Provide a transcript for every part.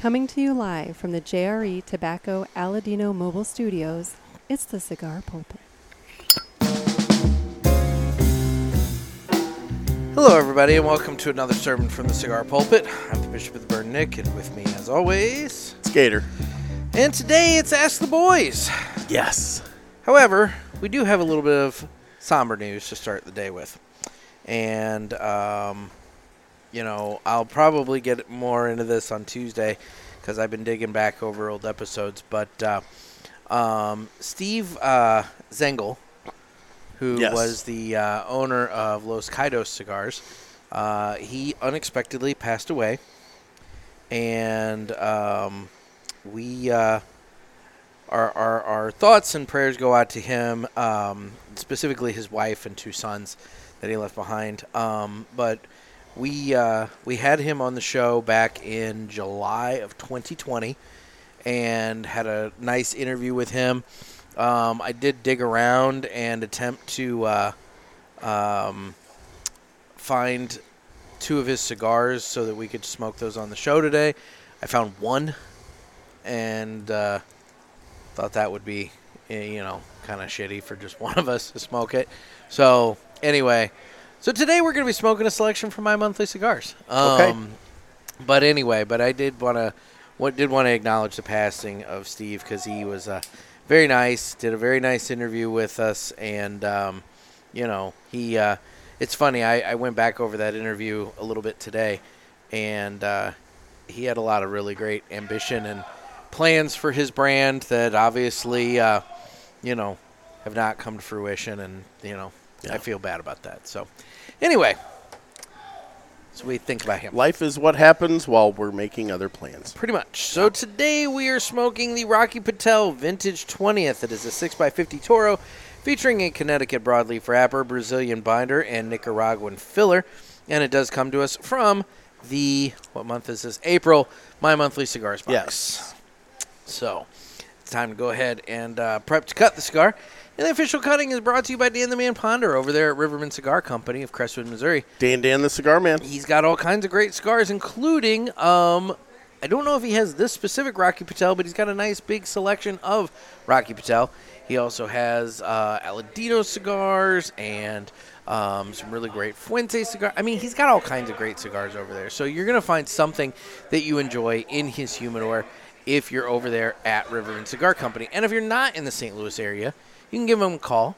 Coming to you live from the JRE Tobacco Aladino Mobile Studios, it's the Cigar Pulpit. Hello, everybody, and welcome to another sermon from the Cigar Pulpit. I'm the Bishop of the Burn, Nick, and with me, as always, Skater. and today it's Ask the Boys. Yes. However, we do have a little bit of somber news to start the day with, and um, you know I'll probably get more into this on Tuesday because I've been digging back over old episodes. But uh, um, Steve uh, Zengel, who Yes. was the uh, owner of Los Caidos cigars, uh, he unexpectedly passed away, and um, we. Uh, our, our, our thoughts and prayers go out to him, um, specifically his wife and two sons that he left behind. Um, but we uh, we had him on the show back in July of 2020, and had a nice interview with him. Um, I did dig around and attempt to uh, um, find two of his cigars so that we could smoke those on the show today. I found one, and uh, thought that would be eh, you know kind of shitty for just one of us to smoke it so anyway so today we're going to be smoking a selection from my monthly cigars Um, Okay. but anyway but i did want to what did want to acknowledge the passing of steve because he was uh, very nice did a very nice interview with us and um, you know he uh, it's funny I, I went back over that interview a little bit today and uh, he had a lot of really great ambition and plans for his brand that obviously, uh, you know, have not come to fruition, and you know, I Yeah. feel bad about that. So, anyway, so we think about him Life is what happens while we're making other plans. pretty much. So today we are smoking the Rocky Patel Vintage 20th. It is a 6x50 Toro featuring a Connecticut broadleaf wrapper, Brazilian binder, and Nicaraguan filler. And it does come to us from the, what month is this? April, My Monthly Cigars box. Yes. So it's time to go ahead and uh, prep to cut the cigar. And the official cutting is brought to you by Dan the Man Ponder over there at Riverman Cigar Company of Crestwood, Missouri. Dan Dan the Cigar Man. He's got all kinds of great cigars, including um, I don't know if he has this specific Rocky Patel, but he's got a nice big selection of Rocky Patel. He also has uh, Aladino cigars and um, some really great Fuente cigar. I mean, he's got all kinds of great cigars over there. So you're gonna find something that you enjoy in his humidor if you're over there at River and Cigar Company. And if you're not in the St. Louis area, you can give him a call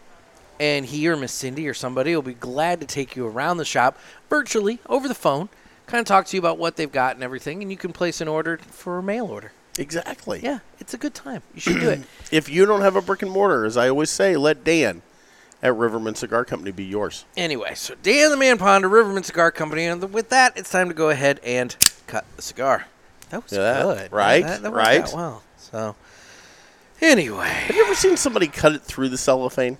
and he or Miss Cindy or somebody will be glad to take you around the shop virtually over the phone, kind of talk to you about what they've got and everything, and you can place an order for a mail order. Exactly. Yeah, it's a good time. You should do it. If you don't have a brick and mortar, as I always say, let Dan at Riverman Cigar Company be yours. Anyway, so Dan the Man Ponder, Riverman Cigar Company, and with that, it's time to go ahead and cut the cigar. That was Yeah, good. right, That, that worked right. out well. So, anyway, Have you ever seen somebody cut it through the cellophane?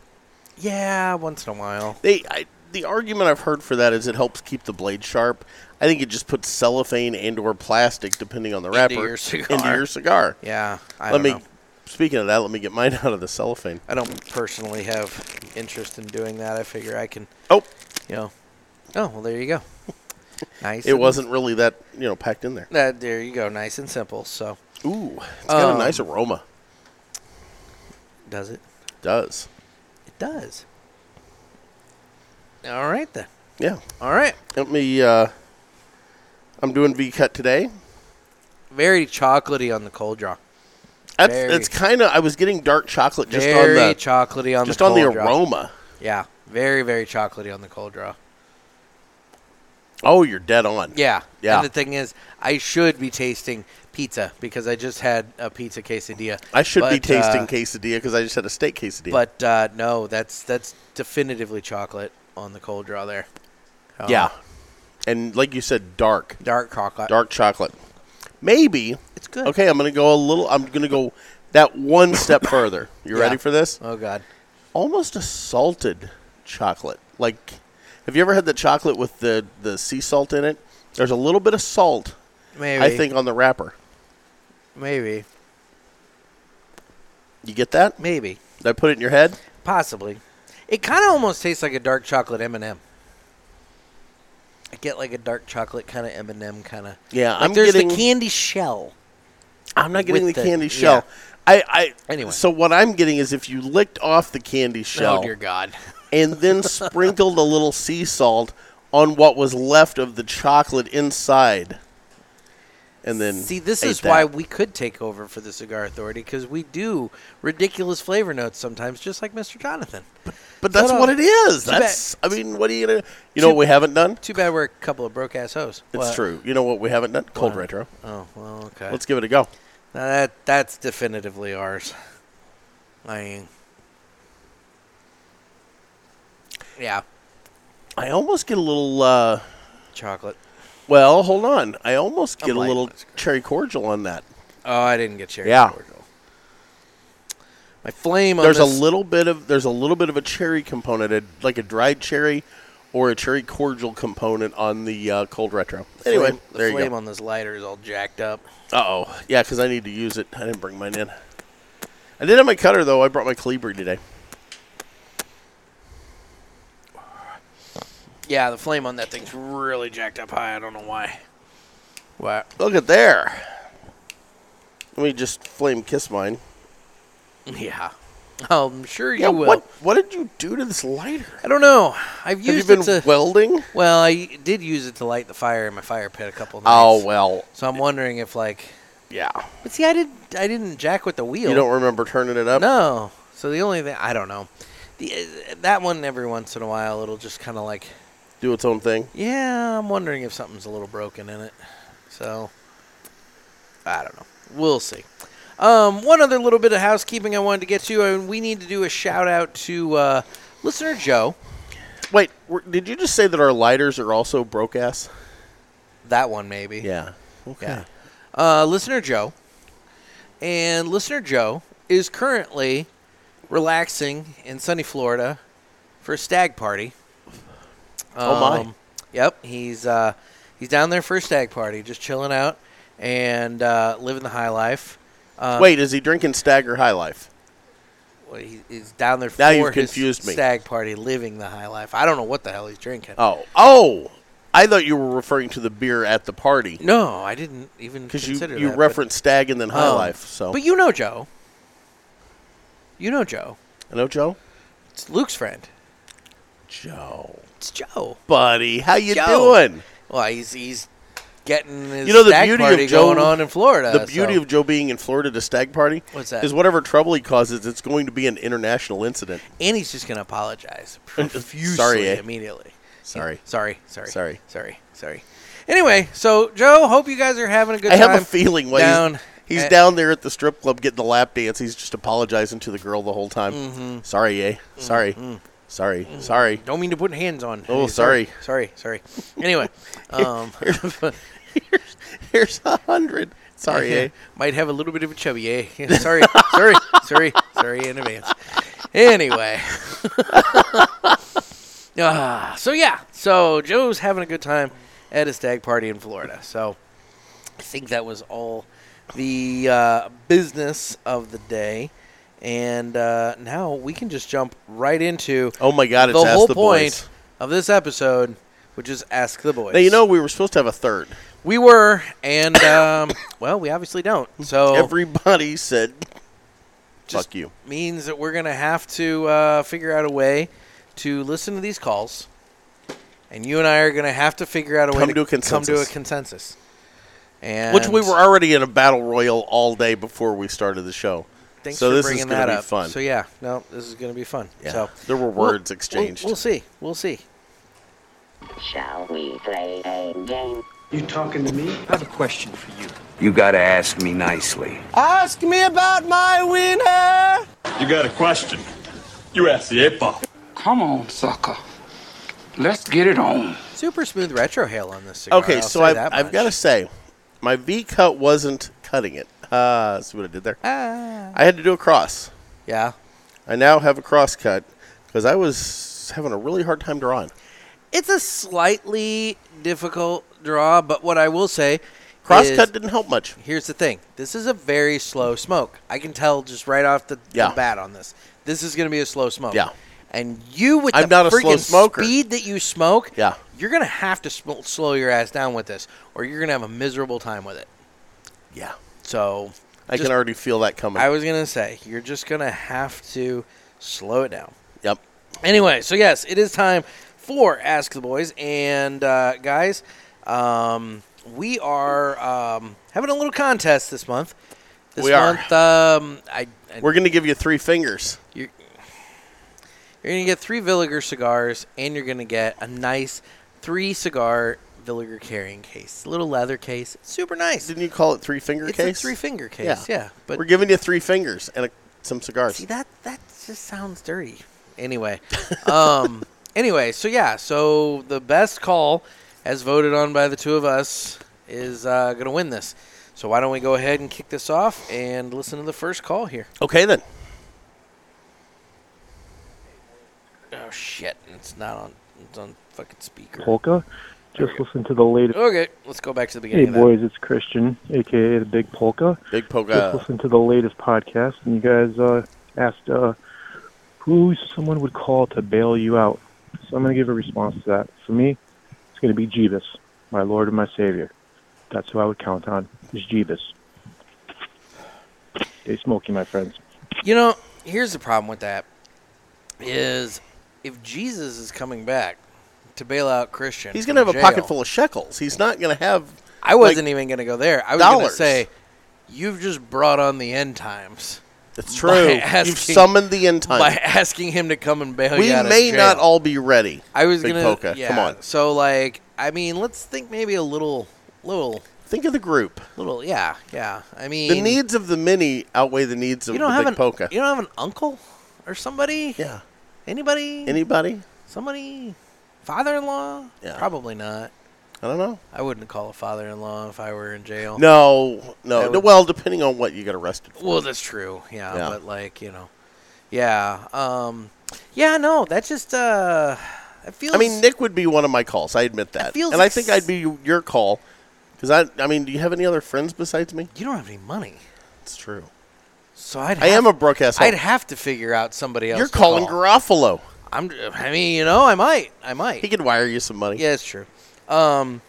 yeah, once in a while. They, I, the argument I've heard for that is it helps keep the blade sharp. I think it just puts cellophane and/or plastic, depending on the Into wrapper, your cigar. into your cigar. Yeah, I let don't me. know. Speaking of that, let me get mine out of the cellophane. I don't personally have interest in doing that. I figure I can Oh, you know. Oh well, there you go. nice. it and- wasn't really that you know packed in there. That there you go. Nice and simple. So Ooh, it's got Um, a nice aroma. does it? does. It does. All right then. Yeah. All right. Let me. Uh, I'm doing V cut today. Very chocolatey on the cold draw. That's Very. that's kind of. I was getting dark chocolate just very on the chocolatey on just the on cold the draw. aroma. Yeah. Very very chocolatey on the cold draw. Oh, you're dead on. Yeah. Yeah. And the thing is, I should be tasting pizza because I just had a pizza quesadilla. I should be But, tasting uh, quesadilla because I just had a steak quesadilla. But uh, no, that's that's definitively chocolate on the cold draw there. Uh, yeah, and like you said, dark, Dark chocolate. dark chocolate. Maybe. It's good. Okay, I'm gonna go a little. I'm gonna go that one step further. You Yeah. ready for this? Oh God. Almost a salted chocolate. Like, have you ever had the chocolate with the the sea salt in it? There's a little bit of salt Maybe. I think on the wrapper. Maybe. You get that? Maybe. Did I put it in your head? Possibly. It kind of almost tastes like a dark chocolate M and m I get like a dark chocolate kind of M and m kind of. Yeah, Like I'm there's getting the candy shell I'm not getting the with the- candy yeah. shell. I, I Anyway. So what I'm getting is if you licked off the candy shell Oh dear God. and then sprinkled a little sea salt on what was left of the chocolate inside, and then See, this ate is why that. we could take over for the Cigar Authority because we do ridiculous flavor notes sometimes, just like Mr. Jonathan. But that's No, no. what it is. Too That's I mean, what are you gonna? You know what we haven't done? Too bad we're a couple of broke ass hoes. It's What? true. You know what we haven't done? Cold What? retro. Oh well, okay. Let's give it a go. Now that that's definitively ours. I mean, yeah, I almost get a little. uh chocolate. Well, hold on. I almost I'm get a like, little let's go. cherry cordial on that. Oh, I didn't get cherry Yeah. cordial. My flame on there's a this- little bit of there's a little bit of a cherry component, a, like a dried cherry or a cherry cordial component on the uh, cold retro. flame- Anyway, the there you flame go. on this lighter is all jacked up. Uh oh, yeah, because I need to use it. I didn't bring mine in. I did have my cutter though. I brought my Calibri today. Yeah, the flame on that thing's really jacked up high. I don't know why. Why? Look at there. Let me just flame kiss mine. Yeah, Oh, I'm sure you Yeah, will. what what did you do to this lighter? I don't know. I've Have you used been it to. welding? Well, I did use it to light the fire in my fire pit a couple nights. Oh well, So I'm wondering if like, yeah. but see, I did not I didn't jack with the wheel. You don't remember turning it up? No. So the only thing I don't know, the, uh, that one every once in a while it'll just kind of like, Do its own thing. yeah, I'm wondering if something's a little broken in it. So I don't know. We'll see. Um, one other little bit of housekeeping I wanted to get to, and we need to do a shout out to uh, listener Joe. Wait, were, did you just say that our lighters are also broke ass? That one maybe. Yeah. Okay. Yeah. Uh, listener Joe. And listener Joe is currently relaxing in sunny Florida for a stag party. Um, Oh, my. Yep, he's uh, he's down there for a stag party, just chilling out and uh, living the high life. Um, Wait, is he drinking Stagger High Life? well, he, he's down there for Now you've his confused me. stag party, living the high life. I don't know what the hell he's drinking. Oh, oh! I thought you were referring to the beer at the party No, I didn't even because you consider you that, but- referenced Stag and then High Um, Life. So but you know Joe. You know Joe. I know Joe. It's Luke's friend. Joe, It's Joe. buddy, how you Joe. doing? Well, he's he's getting his You know, the stag beauty of party Joe- going on in Florida. the beauty of Joe being in Florida to Stag Party What's that? is whatever trouble he causes, it's going to be an international incident. and he's just gonna apologize profusely Sorry, eh? immediately. Sorry. sorry, sorry, Sorry. sorry, sorry. Anyway, so Joe, hope you guys are having a good I time. have a feeling while down he's, he's at- down there at the strip club getting the lap dance, he's just apologizing to the girl the whole time. Mm-hmm. Sorry, eh? Sorry, sorry, sorry. Don't mean to put hands on. Oh, Hey, sorry, sorry. Anyway, um, Here's a hundred. Sorry, eh? might have a little bit of a chubby. Eh? Yeah, sorry, sorry, sorry, sorry in advance. Anyway. Ah, so yeah, so Joe's having a good time at a stag party in Florida. So I think that was all the uh, business of the day, and uh, now we can just jump right into Oh my God! It's the Ask whole the point Boys. of this episode, which is ask the boys. Now you know we were supposed to have a third. we were, and um, well, we obviously don't. So Everybody said, just "Fuck you." means that we're going to have to uh, figure out a way to listen to these calls, and you and I are going to have to figure out a way Come to a come to a consensus. consensus. And Which we were already in a battle royal all day before we started the show. Thanks so for this bringing is that gonna be up. fun. So yeah, no, this is going to be fun. Yeah. So There were we'll- words we'll- exchanged. we'll see. We'll see. Shall we play a game? You talking to me? I have a question for you. You gotta ask me nicely. Ask me about my winner. You got a question? You ask the ape ball. Come on, sucker. Let's get it on. Super smooth retro hail on this. Cigar, Okay, I'll so say I've, that I've much. got to say, my V cut wasn't cutting it. Uh, see what I did there? I had to do a cross. Ah. yeah. I now have a cross cut because I was having a really hard time drawing. It's a slightly difficult draw, but what I will say, Cross is- cut didn't help much. Here's the thing. This is a very slow smoke. I can tell just right off the, Yeah. the bat on this. This is going to be a slow smoke. Yeah. And you with I'm the not a slow freaking smoker. speed that you smoke, Yeah. you're going to have to sm- slow your ass down with this, or you're going to have a miserable time with it. Yeah. So I Just- can already feel that coming. I was gonna say you're just gonna have to slow it down. yep. Anyway, so yes, it is time for Ask the Boys and uh, guys. Um, we are um, having a little contest this month. This We are. month, are. Um, I, I We're going to give you three fingers. you're, you're gonna get three Villiger cigars, and you're gonna get a nice three cigar Villiger carrying case, little leather case, super nice. Didn't you call it three finger it's case? a three finger case, yeah. but we're giving you three fingers and a, some cigars. See that that just sounds dirty. Anyway, um, anyway, so yeah, so the best call, as voted on by the two of us, is uh, going to win this. So why don't we go ahead and kick this off and listen to the first call here? Okay then. Oh shit, it's not on. It's on fucking speaker. polka. Just listen to the latest. Okay, let's go back to the Hey beginning. of that. boys, it's Christian, aka the Big Polka. Big Just polka. listen to the latest podcast, and you guys uh, asked uh, who someone would call to bail you out. So I'm going to give a response to that. For me, it's going to be Jeebus, my Lord and my Savior. That's who I would count on. Is Jeebus. Stay smoky, my friends. You know, here's the problem with that is if Jesus is coming back to bail out Christian, He's going to from have a pocket jail- full of shekels. He's not going to have. I wasn't even going to go there. I was going to dollars. say, you've just brought on the end times It's By true. asking- You've summoned the end time. by asking him to come and bail we you out. of may jail. not all be ready. I was Big gonna. Polka, Yeah. come on. So like, I mean, let's think maybe a little, little, Think of the group. little. Yeah, yeah. I mean, The needs of the many outweigh the needs of You don't the have big an polka. You don't have an uncle or somebody. Yeah. Anybody? Anybody? somebody? Father-in-law? Yeah. Probably not. I don't know. I wouldn't call a father-in-law if I were in jail. No, no. That would- well, depending on what you get arrested for. Well, that's true. Yeah, Yeah. but like you know, yeah, um, yeah. No, that just uh, it feels. I mean, Nick would be one of my calls. I admit that, feels and I like think s- I'd be your call because I. I mean, do you have any other friends besides me? you don't have any money, It's true. so I'd. Have, I am a broke asshole. I'd have to figure out somebody else. You're to calling call. Garofalo. I'm. I mean, you know, I might. I might. He could wire you some money. yeah, it's true. Um.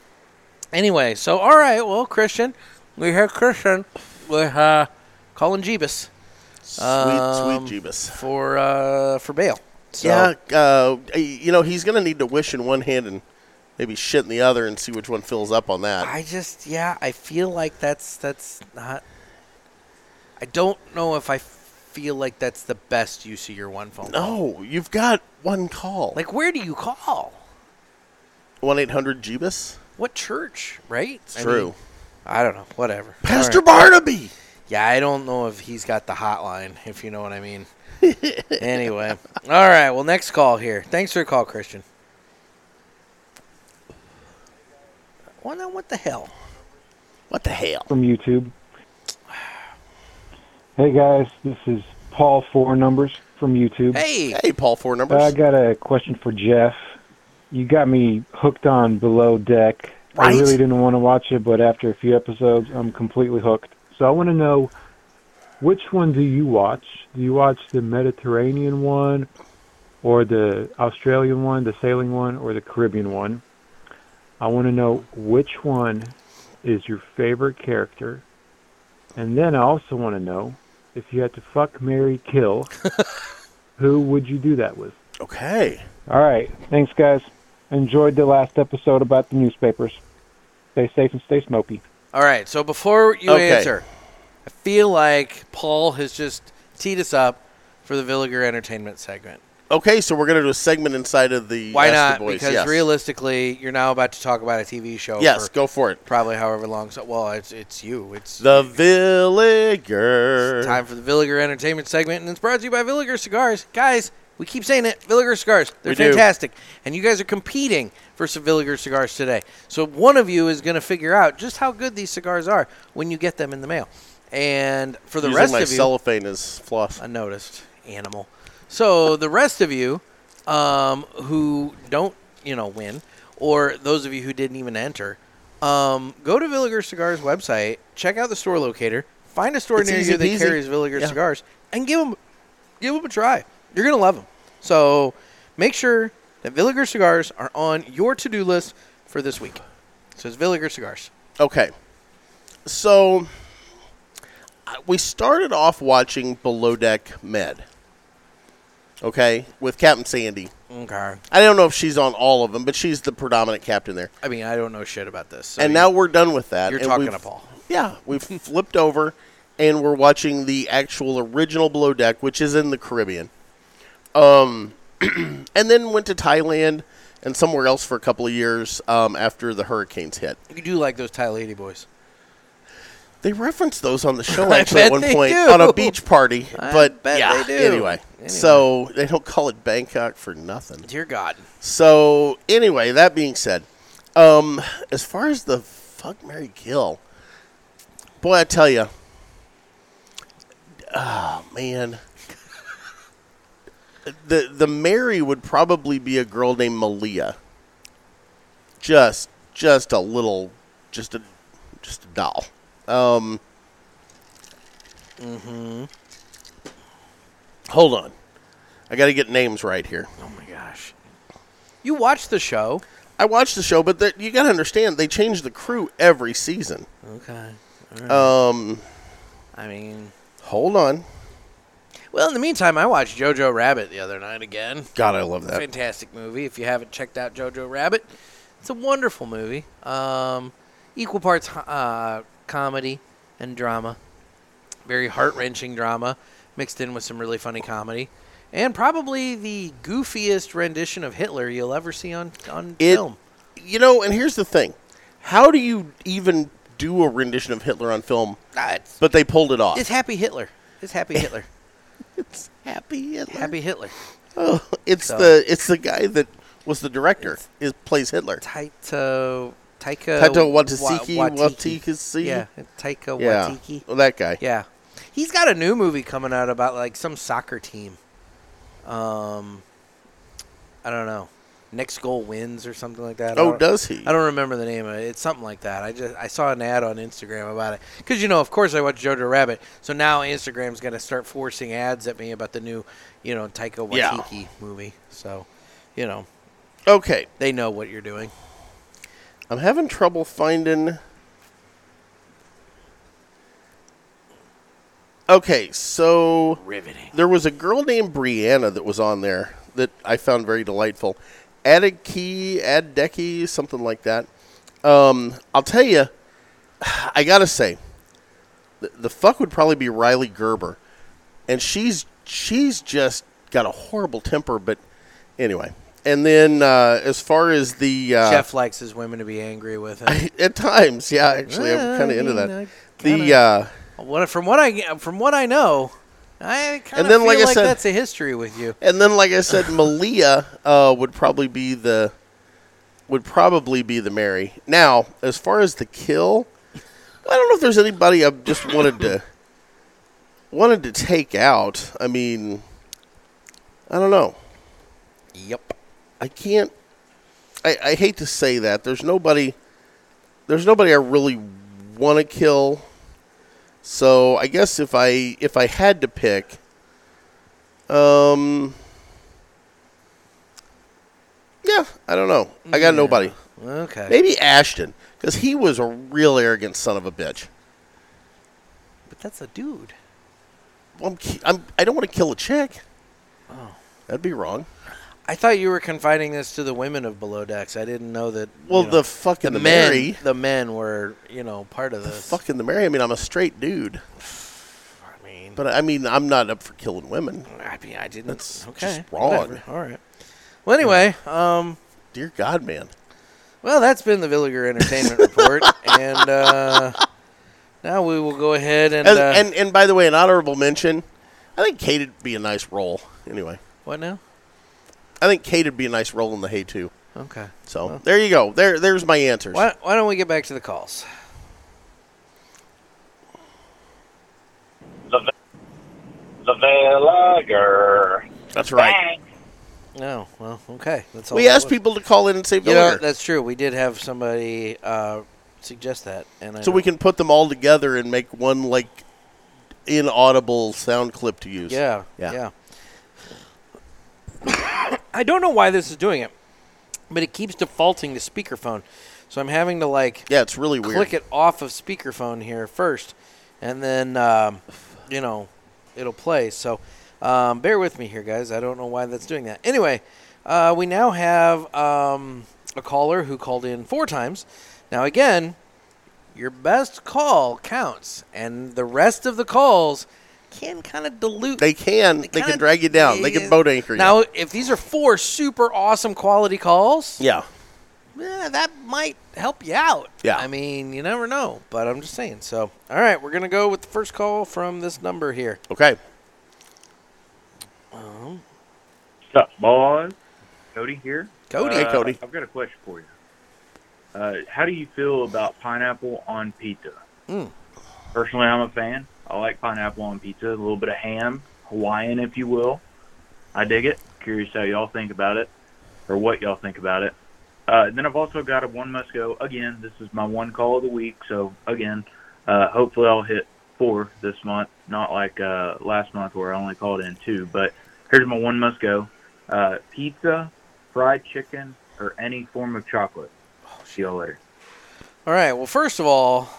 Anyway, so all right. Well, Christian, we have Christian. We uh, calling Jeebus Sweet, Um, sweet Jeebus. for uh for bail. So, Yeah, uh, y- you know he's gonna need to wish in one hand and maybe shit in the other and see which one fills up on that. I just yeah, I feel like that's that's not. I don't know if I feel like that's the best use of your one phone. call. no, you've got one call. Like where do you call? one eight hundred Jeebus. What church? Right? It's I mean, true. I don't know. Whatever. Pastor All right. Barnaby. Yeah, I don't know if he's got the hotline. If you know what I mean. anyway, all right. Well, next call here. Thanks for the call, Christian. Well, now what the hell? What the hell? from YouTube. Hey guys, this is Paul Four Numbers from YouTube. Hey, Hey, Paul, four numbers. Uh, I got a question for Jeff. You got me hooked on Below Deck. Right. I really didn't want to watch it, but after a few episodes, I'm completely hooked. So I want to know which one do you watch? Do you watch the Mediterranean one, or the Australian one, the sailing one, or the Caribbean one? I want to know which one is your favorite character. And then I also want to know if you had to fuck, marry, kill, who would you do that with? okay. All right. Thanks, guys. Enjoyed the last episode about the newspapers. Stay safe and stay smoky. All right. So before you Okay. answer, I feel like Paul has just teed us up for the Villiger Entertainment segment. Okay, so we're gonna do a segment inside of the Why Ask the not? Boys, because yes. realistically, you're now about to talk about a TV show. Yes, for go for it. Probably however long. So, well, it's it's you. It's The Villager. It's time for the Villiger Entertainment segment, and it's brought to you by Villiger Cigars. Guys, we keep saying it. Villiger Cigars. They're We do. fantastic. And you guys are competing for some Villiger Cigars today. So one of you is going to figure out just how good these cigars are when you get them in the mail. And for the Using rest my of you, cellophane is floss. I noticed animal. So the rest of you um, who don't, you know, win, or those of you who didn't even enter, um, go to Villiger Cigars website, check out the store locator, find a store It's near easy you that peasy. carries Villiger Yeah. cigars, and give them, give 'em a try. You're gonna love them. So make sure that Villiger cigars are on your to-do list for this week. So it's Villiger cigars. Okay. So I- we started off watching Below Deck Med. Okay, with Captain Sandy. Okay. I don't know if she's on all of them, but she's the predominant captain there. I mean, I don't know shit about this. so and you- now we're done with that. you're and talking we've- to Paul. Yeah, we've flipped over, and we're watching the actual original Below Deck, which is in the Caribbean. Um, and then went to Thailand and somewhere else for a couple of years um, after the hurricanes hit. you do like those Thai lady boys. They referenced those on the show I actually bet at one they point do. on a beach party, I but bet yeah. they do. Anyway, Anyway. so they don't call it Bangkok for nothing. Dear God. So anyway, that being said, um, as far as the fuck Mary Kill, boy, I tell you, oh man, the the Mary would probably be a girl named Malia. Just just a little, just a just a doll. Um, Mm-hmm. Hold on, I got to get names right here. Oh my gosh. You watch the show. I watched the show, but the, you got to understand they change the crew every season. Okay. Um, I mean, hold on. well, in the meantime, I watched Jojo Rabbit the other night again. God, I love that. Fantastic movie. If you haven't checked out Jojo Rabbit, it's a wonderful movie. Um, equal parts uh, comedy and drama. Very heart wrenching drama mixed in with some really funny comedy. And probably the goofiest rendition of Hitler you'll ever see on, on It, film. you know, and here's the thing: how do you even do a rendition of Hitler on film? Ah, it's, But they pulled it off. it's Happy Hitler. It's Happy Hitler. It's happy Hitler. Happy Hitler. Oh, it's So- the it's the guy that was the director. Is plays Hitler. Taito Taika Taito Wa- Waititi, Waititi. Waititi? Yeah, Taika yeah, Waititi. Well, that guy. Yeah. He's got a new movie coming out about like some soccer team. Um I don't know. Next goal wins or something like that. I Oh, don't- does he? I don't remember the name of it. It's something like that. I just I saw an ad on Instagram about it because you know, of course, I watch Jojo Rabbit, so now Instagram's gonna start forcing ads at me about the new, you know, Taika Yeah. Waititi movie. So, you know, Okay, they know what you're doing. I'm having trouble finding. Okay, so Riveting. there was a girl named Brianna that was on there that I found very delightful. Added key, add decky, something like that. Um, I'll tell you, I gotta say, the, the fuck would probably be Riley Gerber, and she's she's just got a horrible temper. But anyway, and then uh, as far as the uh, Jeff likes his women to be angry with him. at times, yeah, actually, I'm Well, kind of I into mean, that. I The kinda- uh, What from what I from what I know, I kind of And then, feel like like, I said- that's a history with you. And then, like I said, Malia uh, would probably be the would probably be the Mary. Now, as far as the kill, I don't know if there's anybody I just wanted to wanted to take out. I mean, I don't know. Yep. I can't. I, I hate to say that. There's nobody. There's nobody I really want to kill. So I guess if I if I had to pick, um, yeah, I don't know. I got nobody. Okay. Maybe Ashton, because he was a real arrogant son of a bitch. But that's a dude. I'm, ki- I'm, I don't want to kill a chick. That'd be wrong. I thought you were confining this to the women of below decks. I didn't know that. you Well, know, the fucking the the men, Mary, the men were you know part of this. fucking the Mary. I mean, I'm a straight dude. I mean, But I mean, I'm not up for killing women. I mean, I didn't. That's okay. just wrong. whatever. All right. Well, anyway, um, Dear God, man. well, that's been the Villiger Entertainment Report, and uh, now we will go ahead and, And uh, and, and by the way, an honorable mention. I think Kate'd be a nice role. Anyway, what now? I think Kate'd be a nice role in the Hay too. Okay. So there you go. There there's my answers. Why, why don't we get back to the calls? The Villager. That's right. Thanks. No. Oh, Well, okay. That's all We that asked was. people to call in and say You know, Villager, that's true. We did have somebody uh, suggest that, and I so we don't- can put them all together and make one like inaudible sound clip to use. Yeah. Yeah. Yeah. I don't know why this is doing it, but it keeps defaulting to speakerphone, so I'm having to like Yeah, it's really weird. click it off of speakerphone here first and then um, you know it'll play. So um, bear with me here, guys. I don't know why that's doing that. Anyway, uh, we now have um, a caller who called in four times. Now again, your best call counts, and the rest of the calls can kind of dilute. They can. They, can kinda- drag you down. They can boat anchor you. Now, if these are four super awesome quality calls, yeah. eh, that might help you out. Yeah. I mean, you never know, but I'm just saying. So, all right, we're going to go with the first call from this number here. Okay. Um, What's up, boys? Cody here. Cody. Hey, Uh, Cody. I've got a question for you. Uh, how do you feel about pineapple on pizza? Mm. Personally, I'm a fan. I like pineapple on pizza, a little bit of ham, Hawaiian, if you will. I dig it. Curious how y'all think about it, or what y'all think about it. Uh, then I've also got a one must go. Again, this is my one call of the week. So again, uh, hopefully I'll hit four this month, not like uh, last month where I only called in two. But here's my one must go: uh, pizza, fried chicken, or any form of chocolate. See y'all later. All right. Well, first of all,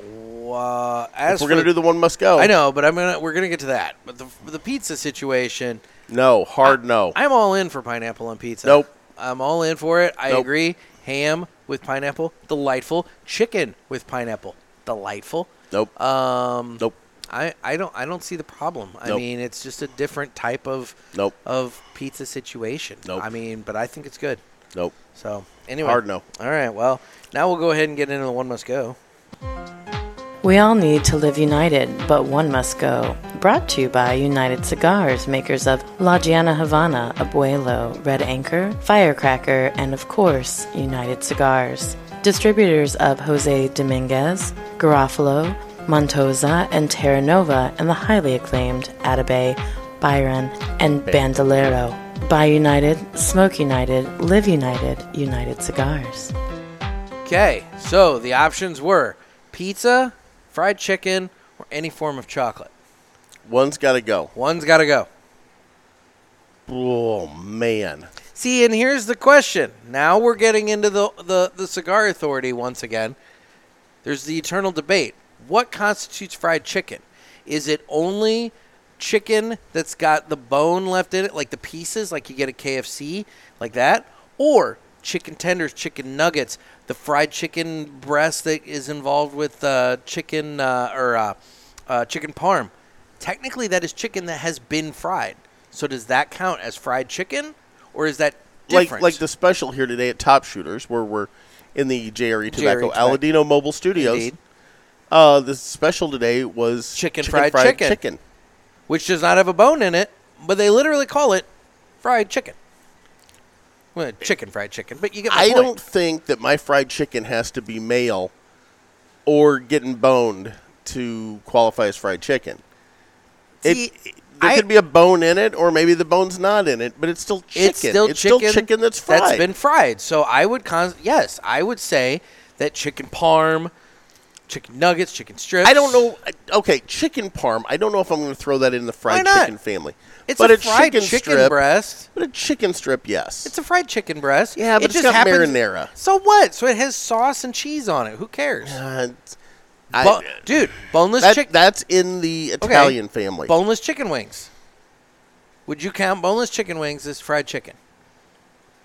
uh, as If we're gonna for- do the one must go. I know, but I'm gonna we're gonna get to that. But the the pizza situation, No, hard no. I'm all in for pineapple on pizza. Nope. I'm all in for it. I Nope. agree. Ham with pineapple, delightful. Chicken with pineapple, delightful. nope. Um, Nope. I, I don't I don't see the problem. I Nope. mean, it's just a different type of Nope. of pizza situation. Nope. I mean, but I think it's good. Nope. So anyway, Hard no. All right. Well, now we'll go ahead and get into the one must go. We all need to live united, but one must go. Brought to you by United Cigars, makers of La Giana Havana, Abuelo, Red Anchor, Firecracker, and of course, United Cigars. Distributors of Jose Dominguez, Garofalo, Montosa, and Terra Nova, and the highly acclaimed Atabay, Byron, and Bandolero. Buy United, Smoke United, Live United, United Cigars. Okay. So the options were pizza, fried chicken, or any form of chocolate. One's got to go. One's got to go. Oh man. See, and here's the question. Now we're getting into the, the, the cigar authority once again. There's the eternal debate. What constitutes fried chicken? Is it only chicken that's got the bone left in it, like the pieces, like you get at KFC, like that? Or chicken tenders, chicken nuggets, the fried chicken breast that is involved with uh, chicken uh, or uh, uh, chicken parm? Technically, that is chicken that has been fried. So does that count as fried chicken, or is that different? Like like the special here today at Top Shooters, where we're in the JRE Tobacco E Tobacco. Aladino Mobile Studios. Indeed. Uh, the special today was Chicken fried chicken. chicken. which does not have a bone in it, but they literally call it fried chicken. Well, chicken fried chicken, but you get. My I point. don't think that my fried chicken has to be male or getting boned to qualify as fried chicken. It- See, it, there I- could be a bone in it, or maybe the bone's not in it, but it's still chicken. It's still chicken. chicken that's fried. That's been fried. So I would con- yes, I would say that chicken parm, chicken nuggets, chicken strips. I don't know. Okay, chicken parm. I don't know if I'm going to throw that in the fried not? chicken family. It's but a fried chicken, chicken, strip, breast. But a chicken strip, yes. It's a fried chicken breast. Yeah, but it it's just got happens- marinara. So what? So it has sauce and cheese on it. Who cares? Uh, it's- Bo- I, dude, boneless that, chicken. that's in the Okay. Italian family. Boneless chicken wings. Would you count boneless chicken wings as fried chicken?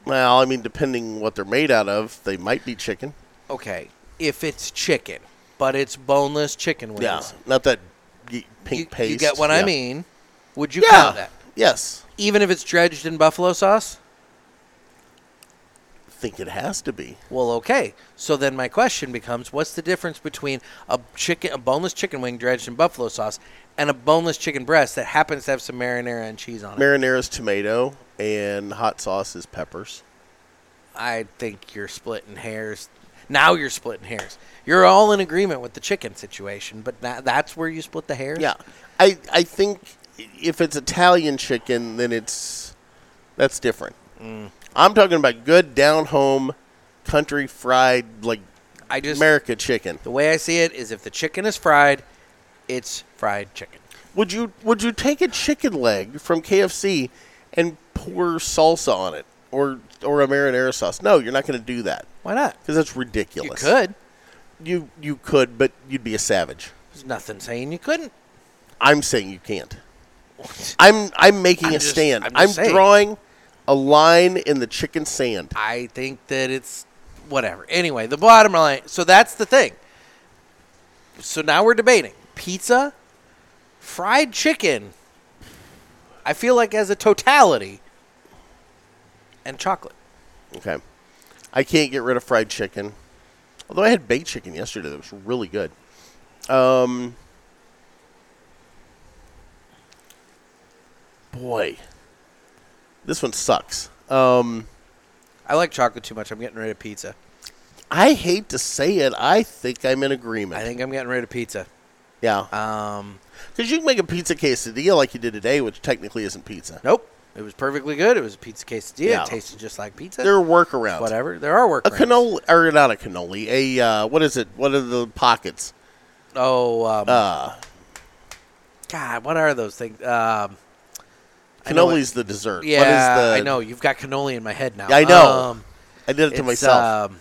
Well, I mean, depending what they're made out of, they might be chicken. Okay, if it's chicken, but it's boneless chicken wings. Yeah, not that y- pink You, paste. you get what I Yeah. mean? Would you Yeah. count that? Yes, Even if it's dredged in buffalo sauce? I think it has to be. Well, okay. So then my question becomes what's the difference between a chicken a boneless chicken wing dredged in buffalo sauce and a boneless chicken breast that happens to have some marinara and cheese on it? Marinara's tomato and hot sauce is peppers. I think you're splitting hairs. Now you're splitting hairs. You're all in agreement with the chicken situation, but tha- that's where you split the hairs? Yeah, I I think if it's Italian chicken, then it's that's different. Mm. I'm talking about good down home, country fried like I just America chicken. The way I see it is if the chicken is fried, it's fried chicken. Would you would you take a chicken leg from KFC and pour salsa on it or or a marinara sauce? No, you're not going to do that Why not? because that's You ridiculous. could. You you could, but you'd be a savage. There's nothing saying you couldn't. I'm saying you can't. I'm I'm making I'm a just- stand. I'm I'm, just saying. drawing a line in the chicken sand. I think that it's whatever. Anyway, the bottom line. So that's the thing. So now we're debating pizza, fried chicken. I feel like as a totality, and chocolate. Okay. I can't get rid of fried chicken. Although I had baked chicken yesterday that was really good. Um Boy. This one sucks. Um I like chocolate too much. I'm getting rid of pizza. I hate to say it, I think I'm in agreement. I think I'm getting rid of pizza. yeah. Um, Cuz you can make a pizza quesadilla like you did today, which technically isn't pizza. nope. It was perfectly good. It was a pizza quesadilla. Yeah. It tasted just like pizza. There are workarounds. whatever. There are A workarounds. cannoli, or not a cannoli, a, uh, what is it? What are the pockets? oh, um, Uh, God, what are those things? Um, I know cannoli's the dessert. Yeah, what is the, I know. You've got cannoli in my head now. I know. Um, I did it to it's, myself. Um,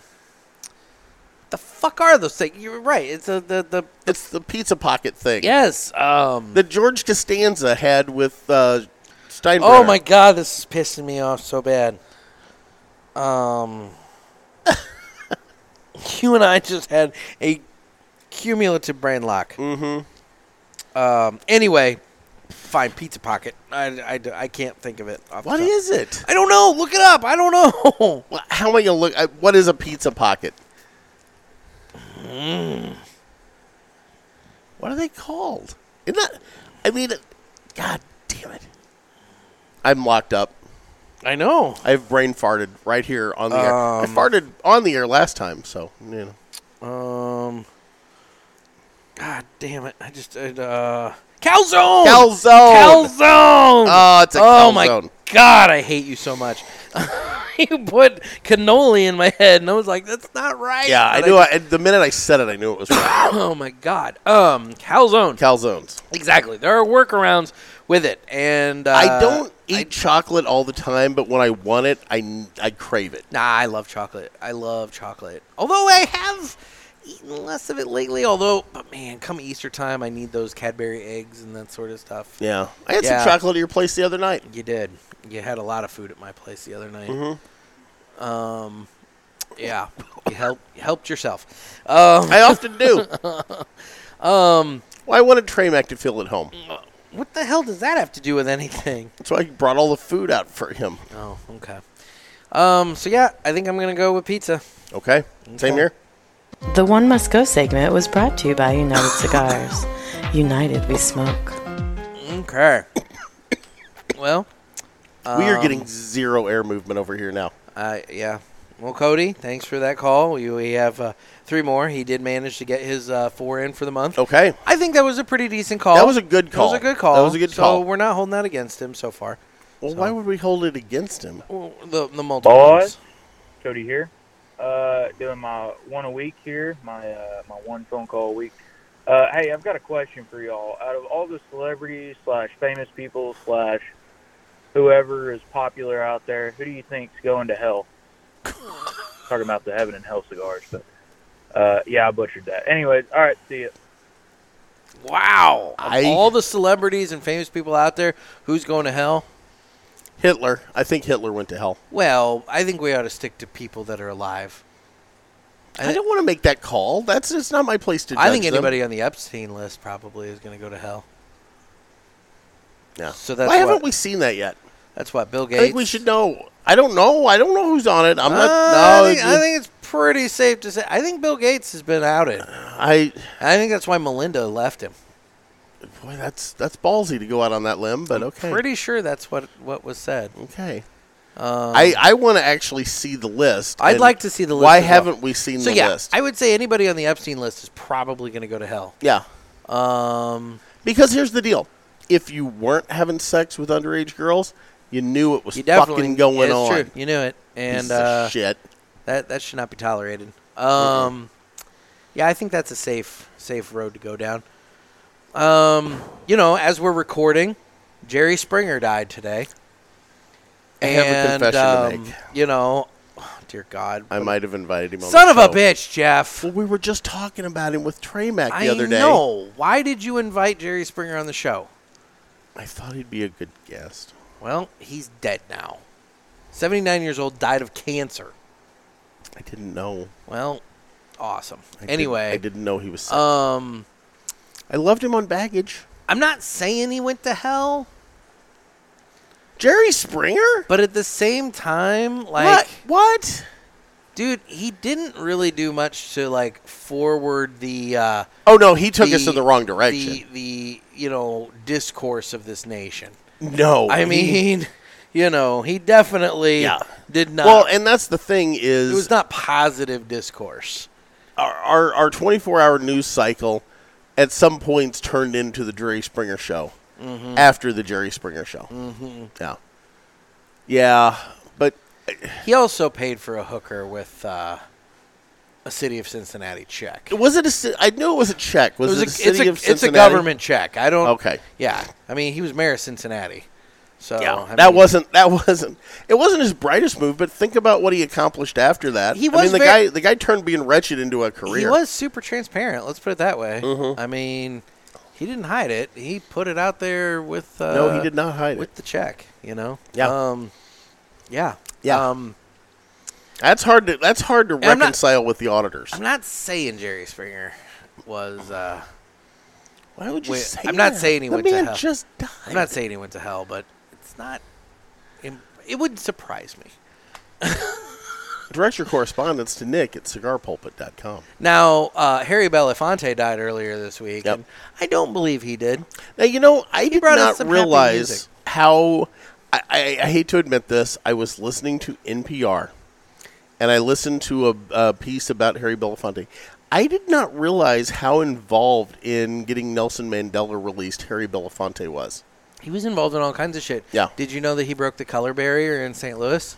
the fuck are those things? You're right. It's a, the the it's the pizza pocket thing. yes. Um, That George Costanza had with uh, Steinbrenner. oh my god, this is pissing me off so bad. Um, you and I just had a cumulative brain lock. Mm-hmm. Um, anyway, fine. Pizza pocket. I, I, I can't think of it. Off What the top. is it? I don't know. Look it up. I don't know. Wha- How am I going to look? I, what is a pizza pocket? Mm. What are they called? Isn't that, I mean, god damn it. I'm locked up. I know. I've brain farted right here on the air. I Um, farted on the air last time, so you know. Um. God damn it! I just uh calzone. Calzone! Calzone. Oh, it's a oh calzone. my god! I hate you so much. you put cannoli in my head, and I was like, "That's not right." Yeah, I But knew. I, the minute I said it, I knew it was wrong. oh my god. Um, calzone. calzones. exactly. There are workarounds with it, and uh, I don't eat I- chocolate all the time, but when I want it, I, n- I crave it. Nah, I love chocolate. I love chocolate. Although I have eaten less of it lately. Although, but man, come Easter time, I need those Cadbury eggs and that sort of stuff. Yeah, I had Yeah. some chocolate at your place the other night. You did. You had a lot of food at my place the other night. Mm-hmm. Um, yeah, you helped you helped yourself. Um, I often do. um, well, I wanted Tramac to feel at home, what the hell does that have to do with anything? so I brought all the food out for him. Oh, okay. Um, so yeah, I think I'm gonna go with pizza. Okay, same here. The One Must Go segment was brought to you by United Cigars. United we smoke. Okay. well, we are um, getting zero air movement over here now. Uh, yeah. Well, Cody, thanks for that call. We, we have uh, three more. He did manage to get his uh, four in for the month. Okay, I think that was a pretty decent call. That was a good That call. was a good call. That was a good so call. we're not holding that against him so far. well, So- why would we hold it against him? Well, the the multiple. Boys, ones. Cody here. Uh, doing my one a week here, my uh, my one phone call a week. Uh, hey, I've got a question for y'all. Out of all the celebrities slash famous people slash whoever is popular out there, who do you think's going to hell? Talking about the heaven and hell cigars, but uh, yeah, I butchered that. Anyways, all right, see you. Wow. Of I- all the celebrities and famous people out there, who's going to hell? Hitler. I think Hitler went to hell. Well, I think we ought to stick to people that are alive. I don't want to make that call. That's it's not my place to. Judge I think them. anybody on the Epstein list probably is going to go to hell. Yeah. So that's Why haven't what- we seen that yet? That's what Bill Gates. I think we should know. I don't know. I don't know who's on it. I'm not. Uh, no, I, think, I think it's pretty safe to say. I think Bill Gates has been outed. I. I think that's why Melinda left him. Boy, that's that's ballsy to go out on that limb, but okay. Pretty sure that's what what was said. okay. Um, I I want to actually see the list. I'd and like to see the list Why as well. haven't we seen so the yeah, list? I would say anybody on the Epstein list is probably going to go to hell. yeah. Um, Because here's the deal: if you weren't having sex with underage girls, you knew it was you definitely fucking going it's on. True. You knew it, and Piece of uh, shit. that that should not be tolerated. Um, yeah, I think that's a safe safe road to go down. Um, you know, as we're recording, Jerry Springer died today. um, I have a confession to make. You know, dear God. I might have invited him. On Son of the a show. bitch, Jeff. Well, we were just talking about him with Trey Mac the I other day. know. Why did you invite Jerry Springer on the show? I thought he'd be a good guest. Well, he's dead now. 79 years old, died of cancer. I didn't know. Well, awesome. I didn't- anyway, I didn't know he was. Sick. um, I loved him on Baggage. I'm not saying he went to hell, Jerry Springer. but at the same time, like, what? What? dude, he didn't really do much to like forward the. Uh, Oh no, he took us in the wrong The, direction. the you know discourse of this nation. no, I he- mean, you know, he definitely Yeah. did not. well, and that's the thing it is, was not positive discourse. our our, our 24 hour news cycle at some points turned into the Jerry Springer show Mm-hmm. after the Jerry Springer show. Mm-hmm. Yeah. Yeah, but He also paid for a hooker with uh, a city of Cincinnati check. was it a ci- I knew it was a check. Was it, a, a, city it's, a, of Cincinnati? Oh. it's a government check. I don't. Okay. Yeah, I mean, he was mayor of Cincinnati, so Yeah, I that mean, wasn't that wasn't it wasn't his brightest move, but think about what he accomplished after that. He I was mean, the very- guy the guy turned being wretched into a career. He was super transparent. Let's put it that way. Mhm. I mean, he didn't hide it. He put it out there with. Uh, no, he did not hide it. with the check. You know. Yeah. Um, yeah. Yeah. Um, That's hard to that's hard to I'm not- reconcile with the auditors. I'm not saying Jerry Springer was. Uh, Why would you Wait, say I'm not that? saying he the went to man hell. just died. I'm not saying he went to hell, but it's not. im- It wouldn't surprise me. Direct your correspondence to Nick at cigarpulpit.com. Now, uh, Harry Belafonte died earlier this week, Yep. and I don't believe he did. Now, you know, I did brought us not some happy music. realize how. I, I, I hate to admit this. I was listening to NPR, and I listened to a, a piece about Harry Belafonte. I did not realize how involved in getting Nelson Mandela released Harry Belafonte was. He was involved in all kinds of shit. Yeah. Did you know that he broke the color barrier in St. Louis?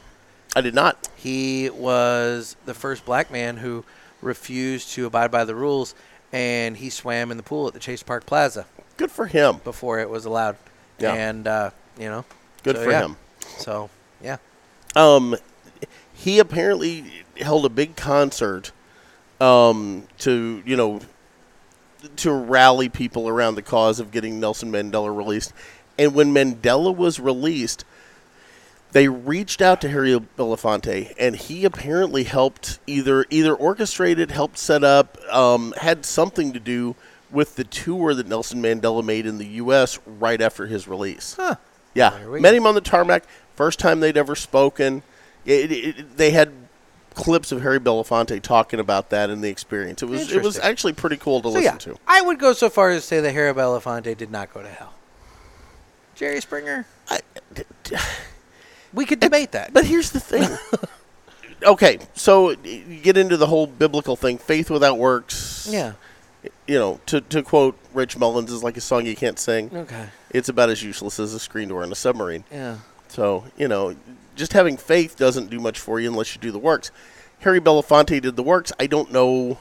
I did not. He was the first black man who refused to abide by the rules, and he swam in the pool at the Chase Park Plaza Good for him. before it was allowed. Yeah. And uh, you know, Good so, for yeah. him. So yeah. Um, he apparently held a big concert, um, to you know, to rally people around the cause of getting Nelson Mandela released. And when Mandela was released, they reached out to Harry Belafonte, and he apparently helped either either orchestrated, helped set up, um, had something to do with the tour that Nelson Mandela made in the U.S. right after his release. Huh. Yeah, There we met go. him on the tarmac. First time they'd ever spoken. It, it, it- they had clips of Harry Belafonte talking about that and the experience. It was it was Interesting. actually pretty cool to So listen yeah, to. I would go so far as to say that Harry Belafonte did not go to hell. Jerry Springer. I, d- d- We could debate that. but here's the thing. okay, so you get into the whole biblical thing. Faith without works. yeah. You know, to to quote Rich Mullins is like a song you can't sing. Okay. It's about as useless as a screen door on a submarine. Yeah. So, you know, just having faith doesn't do much for you unless you do the works. Harry Belafonte did the works. I don't know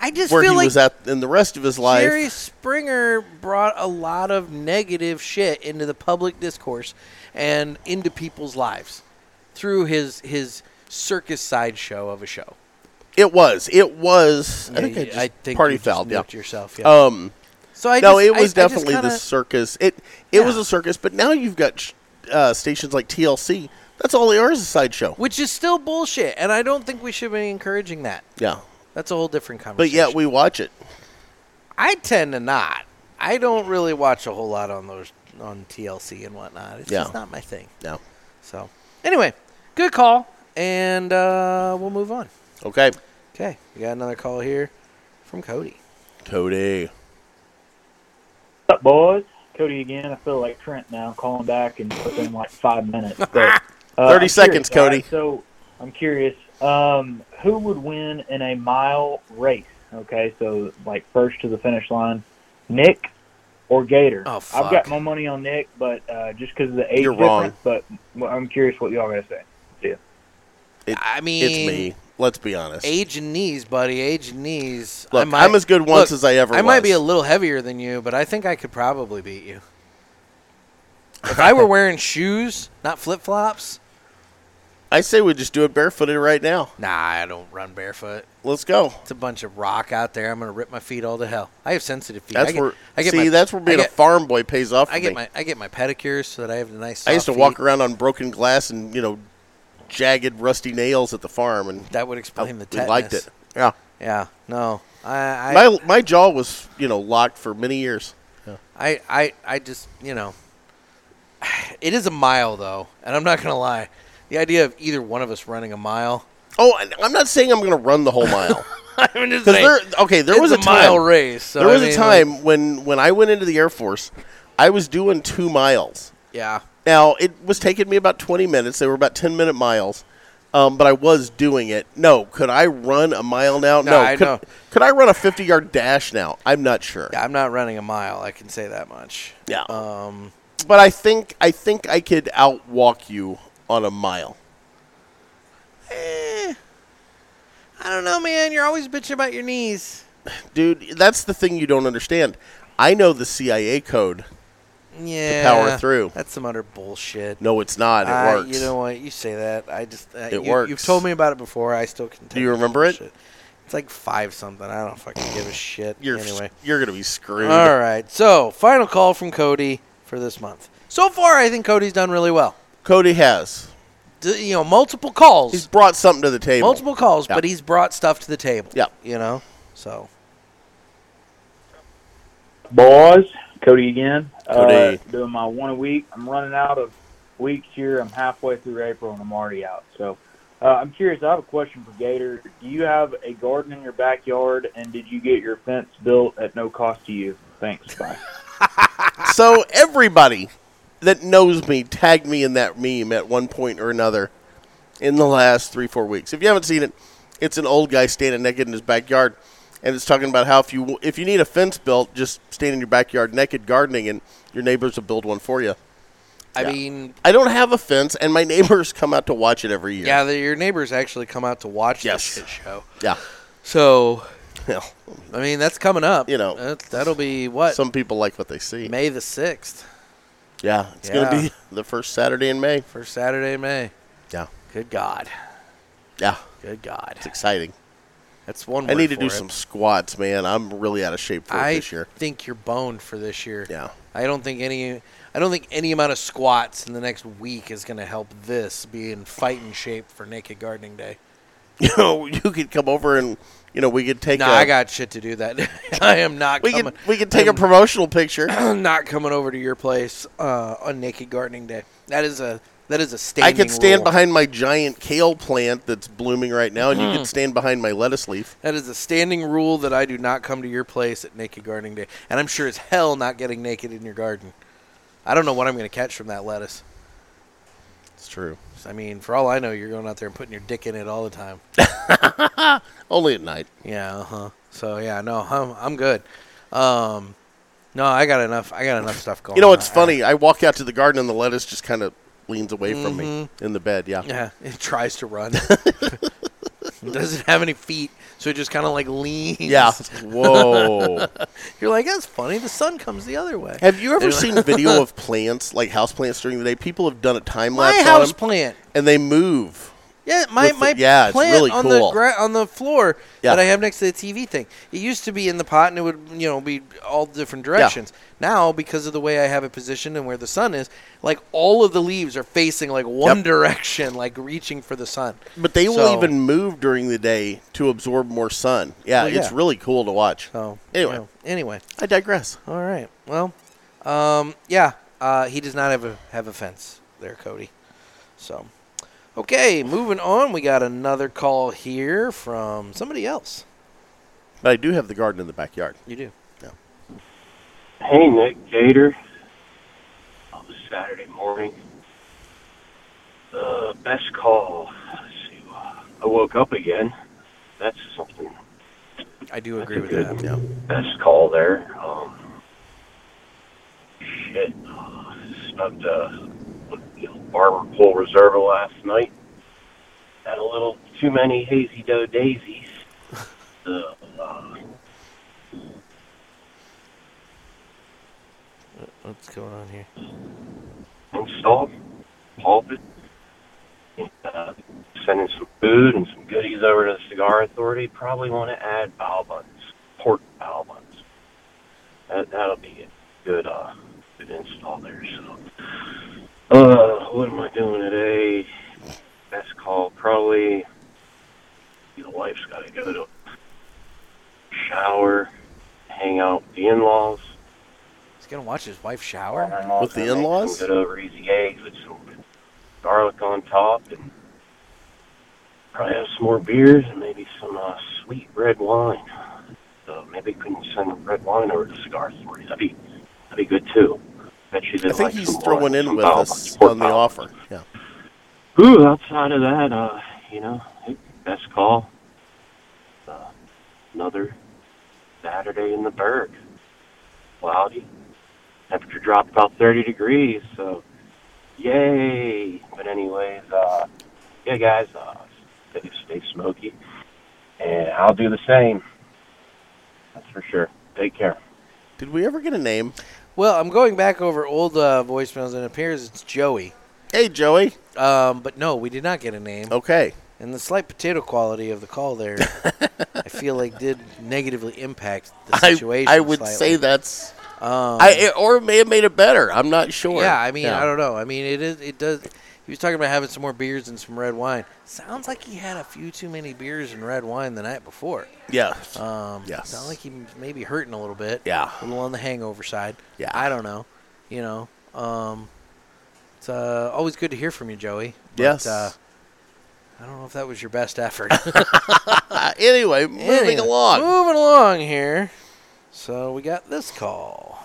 I just where he feel like was at in the rest of his life. Jerry Springer brought a lot of negative shit into the public discourse and into people's lives through his his circus sideshow of a show. It was. It was. I think Yeah, I you- just party you just fouled. Yeah. nuked yourself. Yeah. Um. so I no, just- it I- was I just definitely kinda- the circus. It it was Yeah. a circus, but now you've got sh- uh, stations like TLC. That's all they are is a sideshow. which is still bullshit, and I don't think we should be encouraging that. Yeah. That's a whole different But conversation. yet we watch it. I tend to not. I don't really watch a whole lot on those on TLC and whatnot. It's Yeah. just not my thing. Yeah. So anyway, good call, and uh, we'll move on. Okay. Okay, we got another call here from Cody. Cody. What's up, boys? Cody again. I feel like Trent now, calling back and within like five minutes. But, uh, 30 I'm seconds, curious, all Cody. right, so I'm curious, um, who would win in a mile race? Okay, so like first to the finish line, Nick or Gator? Oh, I've fuck. got my money on Nick, but uh, just because of the age You're wrong. difference. But well, I'm curious what y'all gonna say. It- I mean, It's me. Let's be honest. Age and knees, buddy. Age and knees. Look, I'm as good once as I ever I might was. be a little heavier than you, but I think I could probably beat you. If I were wearing shoes, not flip flops, I say we just do it barefooted right now. Nah, I don't run barefoot. Let's go. It's a bunch of rock out there. I'm gonna rip my feet all to hell. I have sensitive feet. That's I get, where I get see my, that's where I being get- a farm boy pays off. For I get me. my I get my pedicures so that I have the nice. I used to soft walk feet. around on broken glass and you know jagged rusty nails at the farm, and That would explain the I liked tetanus. it. Yeah, Yeah. No. I I, my my jaw was you know locked for many years. I I I just you know. It is a mile though, and I'm not gonna lie. The idea of either one of us running a mile. Oh, and I'm not saying I'm going to run the whole mile. I'm just 'Cause saying, there- okay, there it's was a, a time- mile race. so there I was mean, a like, time when when I went into the Air Force, I was doing two miles. yeah. Now it was taking me about twenty minutes. They were about ten minute miles, um, but I was doing it. No, could I run a mile now? No, No, I could, know. could I run a fifty yard dash now? I'm not sure. Yeah, I'm not running a mile. I can say that much. Yeah. Um. but I think I think I could outwalk you on a mile. I don't know, man. You're always bitching about your knees. Dude, that's the thing you don't understand. I know the CIA code. Yeah. power through. That's some utter bullshit. No, it's not. It I- works. Ah, You know what? You say that. I just. Uh, It you, You've works. told me about it before. I still can. Do you remember it? It's like five something. I don't fucking give a shit. You're anyway. you're gonna be screwed. All right. So final call from Cody for this month. So far, I think Cody's done really well. Cody has. D- you know, multiple calls, He's brought something to the table. multiple calls, Yeah. but he's brought stuff to the table. Yeah. You know. So Boys, Cody again. Cody. Uh, doing my one a week. I'm running out of weeks here. I'm halfway through April and I'm already out. So uh, I'm curious. I have a question for Gator. Do you have a garden in your backyard and did you get your fence built at no cost to you? Thanks. Bye. so everybody that knows me tagged me in that meme at one point or another in the last three four weeks. If you haven't seen it, it's an old guy standing naked in his backyard, and it's talking about how if you if you need a fence built, just stand in your backyard naked gardening, and your neighbors will build one for you. I Yeah. mean, I don't have a fence, and my neighbors come out to watch it every year. yeah, the, your neighbors actually come out to watch Yes. this shit show. yeah. So Well, I mean, that's coming up. You know. That- that'll be what some people like what they see. May the sixth, Yeah, it's Yeah. gonna be the first Saturday in May. first Saturday in May. Yeah, Good God, yeah, good God, it's exciting. that's one. I word need to for do it. some squats, man. I'm really out of shape for I it this year. think you're boned for this year. Yeah. I don't think any. I don't think any amount of squats in the next week is going to help this be in fighting shape for Naked Gardening Day. You know, you could come over and you know we could take. No, a, I got shit to do that. day. I am not We coming. could we could take a promotional picture. I'm not coming over to your place uh, on Naked Gardening Day. That is a that is I a standing. could stand rule. behind my giant kale plant that's blooming right now, and you Hmm. could stand behind my lettuce leaf. That is a standing rule that I do not come to your place at Naked Gardening Day. And I'm sure as hell not getting naked in your garden. I don't know what I'm going to catch from that lettuce. It's true. I mean, for all I know, you're going out there and putting your dick in it all the time. Only at night. Yeah, uh-huh. So, yeah, no, I'm, I'm good. Um, no, I got enough. I got enough stuff going. You know what's on. funny? I walk out to the garden, and the lettuce just kind of leans away from me in the bed. Yeah. Mm-hmm. Yeah, it tries to run. it doesn't have any feet, so it just kind of like leans. Yeah. Whoa. You're like, that's funny. The sun comes the other way. Have you ever Anyway. seen video of plants, like house plants during the day? People have done a time my lapse on house them, plant? and they move. Yeah, my with the- my yeah, it's plant really on the cool. gra- on the floor Yeah. that I have next to the TV thing. It used to be in the pot and it would you know be all different directions. Now because of the way I have it positioned and where the sun is, like all of the leaves are facing like one Yep. direction, like reaching for the sun. But they will So- even move during the day to absorb more sun. Yeah, Well, it's yeah. really cool to watch. So Oh, Anyway. know, anyway, I digress. all right. Well, um, yeah, uh, he does not have a have a fence there, Cody. So okay, moving on. We got another call here from somebody else. But I do have the garden in the backyard. You do. Hey, Nick Gator. On the Saturday morning. Uh, best call. Let's see. uh, I woke up again. That's something. I do That's agree a with good that. Yeah. Best call there. Um, shit. Uh, snubbed a you know, barber pole reserva last night. Had a little too many hazy dough daisies. Uh, uh, What's going on here? installed, pulpit, uh, sending some food and some goodies over to the Cigar Authority. Probably want to add bao buns, Uh, pork bao buns. That, that'll be a good, uh, good install there. So, uh, what am I doing today? Best call probably. The wife's got to go to shower, hang out with the in-laws. He's gonna watch his wife shower With the in-laws? Good over easy eggs with some garlic on top, and probably have some more beers and maybe some uh, sweet red wine. So maybe we can send red wine over to Cigar Authority. That'd be that'd be good too. Bet you I didn't think like he's some throwing wine, in some with bao us buns, pork on the bao offer. Yeah. Ooh, outside of that, uh, you know, hey, best call. Uh, another Saturday in the Berg. Cloudy. Temperature dropped about 30 degrees, so yay. But anyways, uh, yeah, guys, uh, stay, stay smoky. And I'll do the same. That's for sure. Take care. Did we ever get a name? Well, I'm going back over old uh, voicemails, and it appears it's Joey. Hey, Joey. Um, but no, we did not get a name. Okay. And the slight potato quality of the call there, I feel like did negatively impact the I- situation. I would slightly. say that's. Um, I it- or it may have made it better. I'm not sure. Yeah, I mean, I don't know. I mean, it is. It does. He was talking about having some more beers and some red wine. Sounds like he had a few too many beers and red wine the night before. Yeah. Um, Yes. Sounds like he was maybe hurting a little bit. Yeah. A little on the hangover side. Yeah. I don't know. You know. Um, it's uh, always good to hear from you, Joey. But, Yes. Uh, I don't know if that was your best effort. anyway, moving along. Moving along here. So we got this call.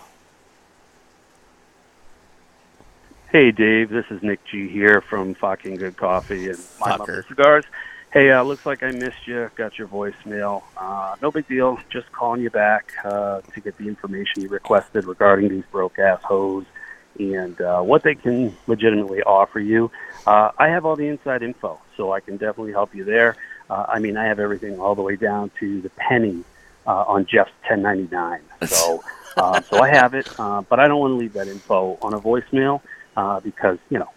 Hey, Dave. This is Nick G here from Fucking Good Coffee and My Fucker. Mother Cigars. Hey, uh, looks like I missed you. Got your voicemail. Uh, no big deal. Just calling you back uh, to get the information you requested regarding these broke ass hoes and uh, what they can legitimately offer you. Uh, I have all the inside info, so I can definitely help you there. Uh, I mean, I have everything all the way down to the penny uh, on Jeff's 1099. So, uh, so I have it, uh, but I don't want to leave that info on a voicemail uh, because you know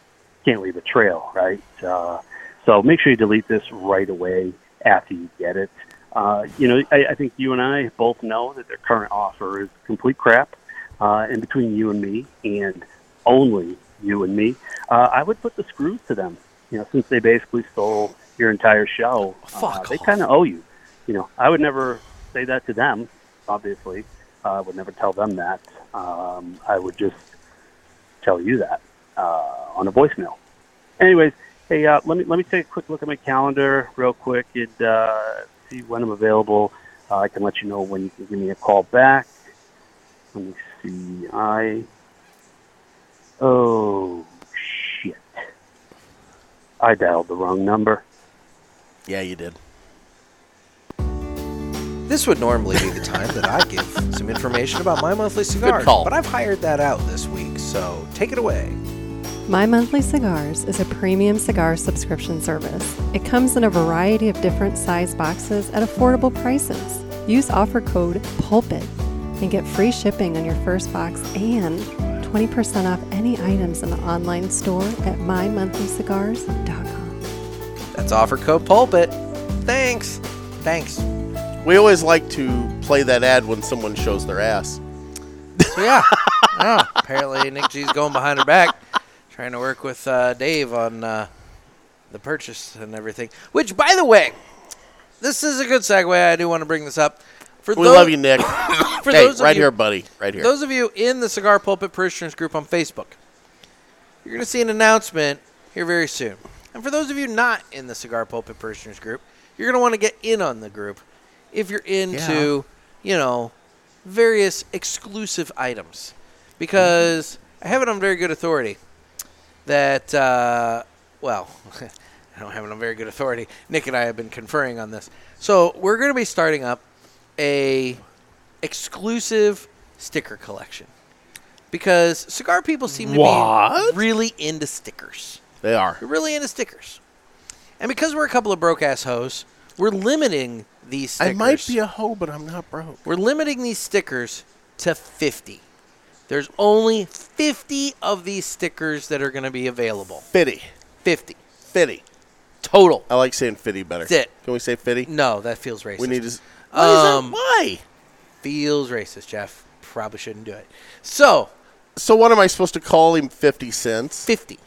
can't leave a trail, right? Uh, so make sure you delete this right away after you get it. Uh, you know, I, I think you and I both know that their current offer is complete crap. Uh, and between you and me, and only you and me, uh, I would put the screws to them. You know, since they basically stole your entire show, uh, they kind of owe you. You know, I would never say that to them. Obviously, uh, I would never tell them that. Um, I would just tell you that uh, on a voicemail. Anyways, hey, uh, let me let me take a quick look at my calendar real quick and uh, see when I'm available. Uh, I can let you know when you can give me a call back. Let me see. I oh shit! I dialed the wrong number. Yeah, you did. This would normally be the time that I give some information about my monthly cigars, call. but I've hired that out this week, so take it away. My Monthly Cigars is a premium cigar subscription service. It comes in a variety of different size boxes at affordable prices. Use offer code PULPIT and get free shipping on your first box and 20% off any items in the online store at mymonthlycigars.com. That's offer code pulpit. Thanks. Thanks. We always like to play that ad when someone shows their ass. So yeah, yeah. Apparently Nick G's going behind her back, trying to work with uh, Dave on uh, the purchase and everything. Which, by the way, this is a good segue. I do want to bring this up. For we those- love you, Nick. for hey, those of right you- here, buddy. Right here. Those of you in the Cigar Pulpit Parishioners group on Facebook, you're going to see an announcement here very soon. And for those of you not in the Cigar Pulpit Parishioners group, you're going to want to get in on the group if you're into, you know, various exclusive items. Because I have it on very good authority that, uh, well, I don't have it on very good authority. Nick and I have been conferring on this. So we're going to be starting up a exclusive sticker collection because cigar people seem to What? be really into stickers. they are. We're really into stickers, and because we're a couple of broke ass hoes, we're limiting these. I Stickers. might be a hoe, but I'm not broke. We're limiting these stickers to 50. There's only 50 of these stickers that are going to be available. 50. 50. Fitty. Total. I like saying Fitty better. That's it. Can we say Fitty? No, that feels racist. We need to. s- What is that? Um, Why? Feels racist, Jeff. Probably shouldn't do it. So, So what am I supposed to call him? Fifty cents. Fifty.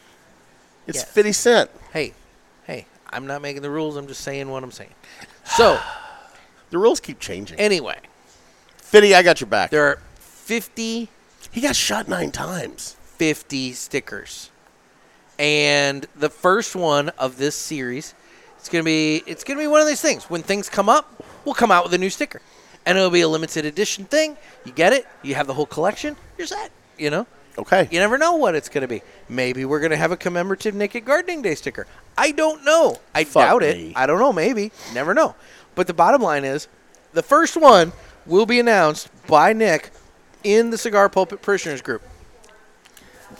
It's Yes. fifty cent. hey, hey, I'm not making the rules. I'm just saying what I'm saying. So, The rules keep changing. anyway, Fitty, I got your back. there are 50, He got shot nine times. 50 stickers. And the first one of this series, it's gonna be it's gonna be one of these things. When things come up, we'll come out with a new sticker, and it'll be a limited edition thing. You get it. You have the whole collection. You're set. You know. Okay. You never know what it's going to be. Maybe we're going to have a commemorative Naked Gardening Day sticker. I don't know. I Fuck doubt me. it. I don't know. Maybe. Never know. But the bottom line is the first one will be announced by Nick in the Cigar Pulpit Prisoners Group.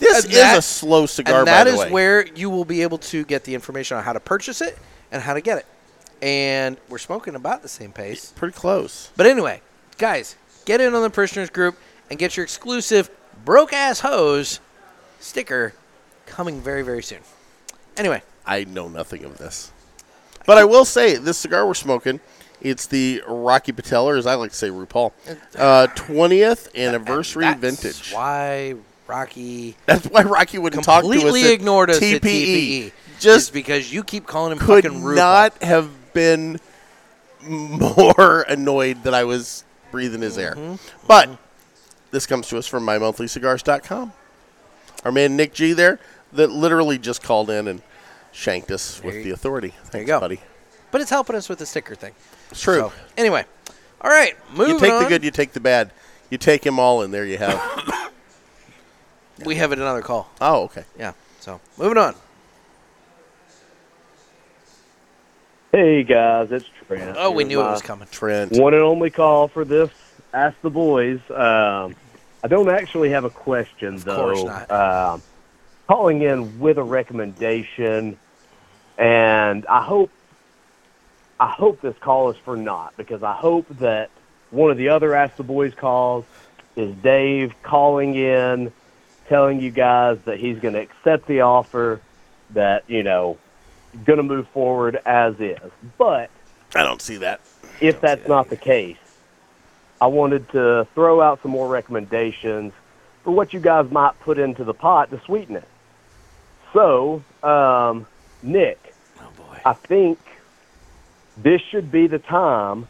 This And is that- a slow cigar. and that by is the way. where you will be able to get the information on how to purchase it and how to get it. And we're smoking about the same pace. pretty close. But anyway, guys, get in on the prisoners group and get your exclusive broke ass hose sticker coming very, very soon. Anyway, I know nothing of this. But I will say, this cigar we're smoking, it's the Rocky Patel, or as I like to say, RuPaul, uh, 20th anniversary that's vintage. why Rocky That's why Rocky wouldn't talk to us. completely at ignored us TPE. at TPE. Just is because you keep calling him could fucking rude. not have been more annoyed that I was breathing his air. Mm-hmm. But this comes to us from mymonthlycigars.com. Our man Nick G there that literally just called in and shanked us with the authority. Thanks, you go. buddy. But it's helping us with the sticker thing. It's true. So, anyway, all right, moving You take the on. good, you take the bad. You take them all, and there you have. We have another call. oh, okay. Yeah. So moving on. Hey guys, it's Trent. Oh, we Here's knew it my was coming. Trent. One and only call for this. Ask the boys. Um, I don't actually have a question though. course not. Um, calling in with a recommendation, and I hope, I hope this call is for not because I hope that one of the other Ask the Boys calls is Dave calling in, telling you guys that he's going to accept the offer, that you know, going to move forward as is, but I don't see that. if that's not the case, I wanted to throw out some more recommendations for what you guys might put into the pot to sweeten it. So, um, Nick, Oh, I think this should be the time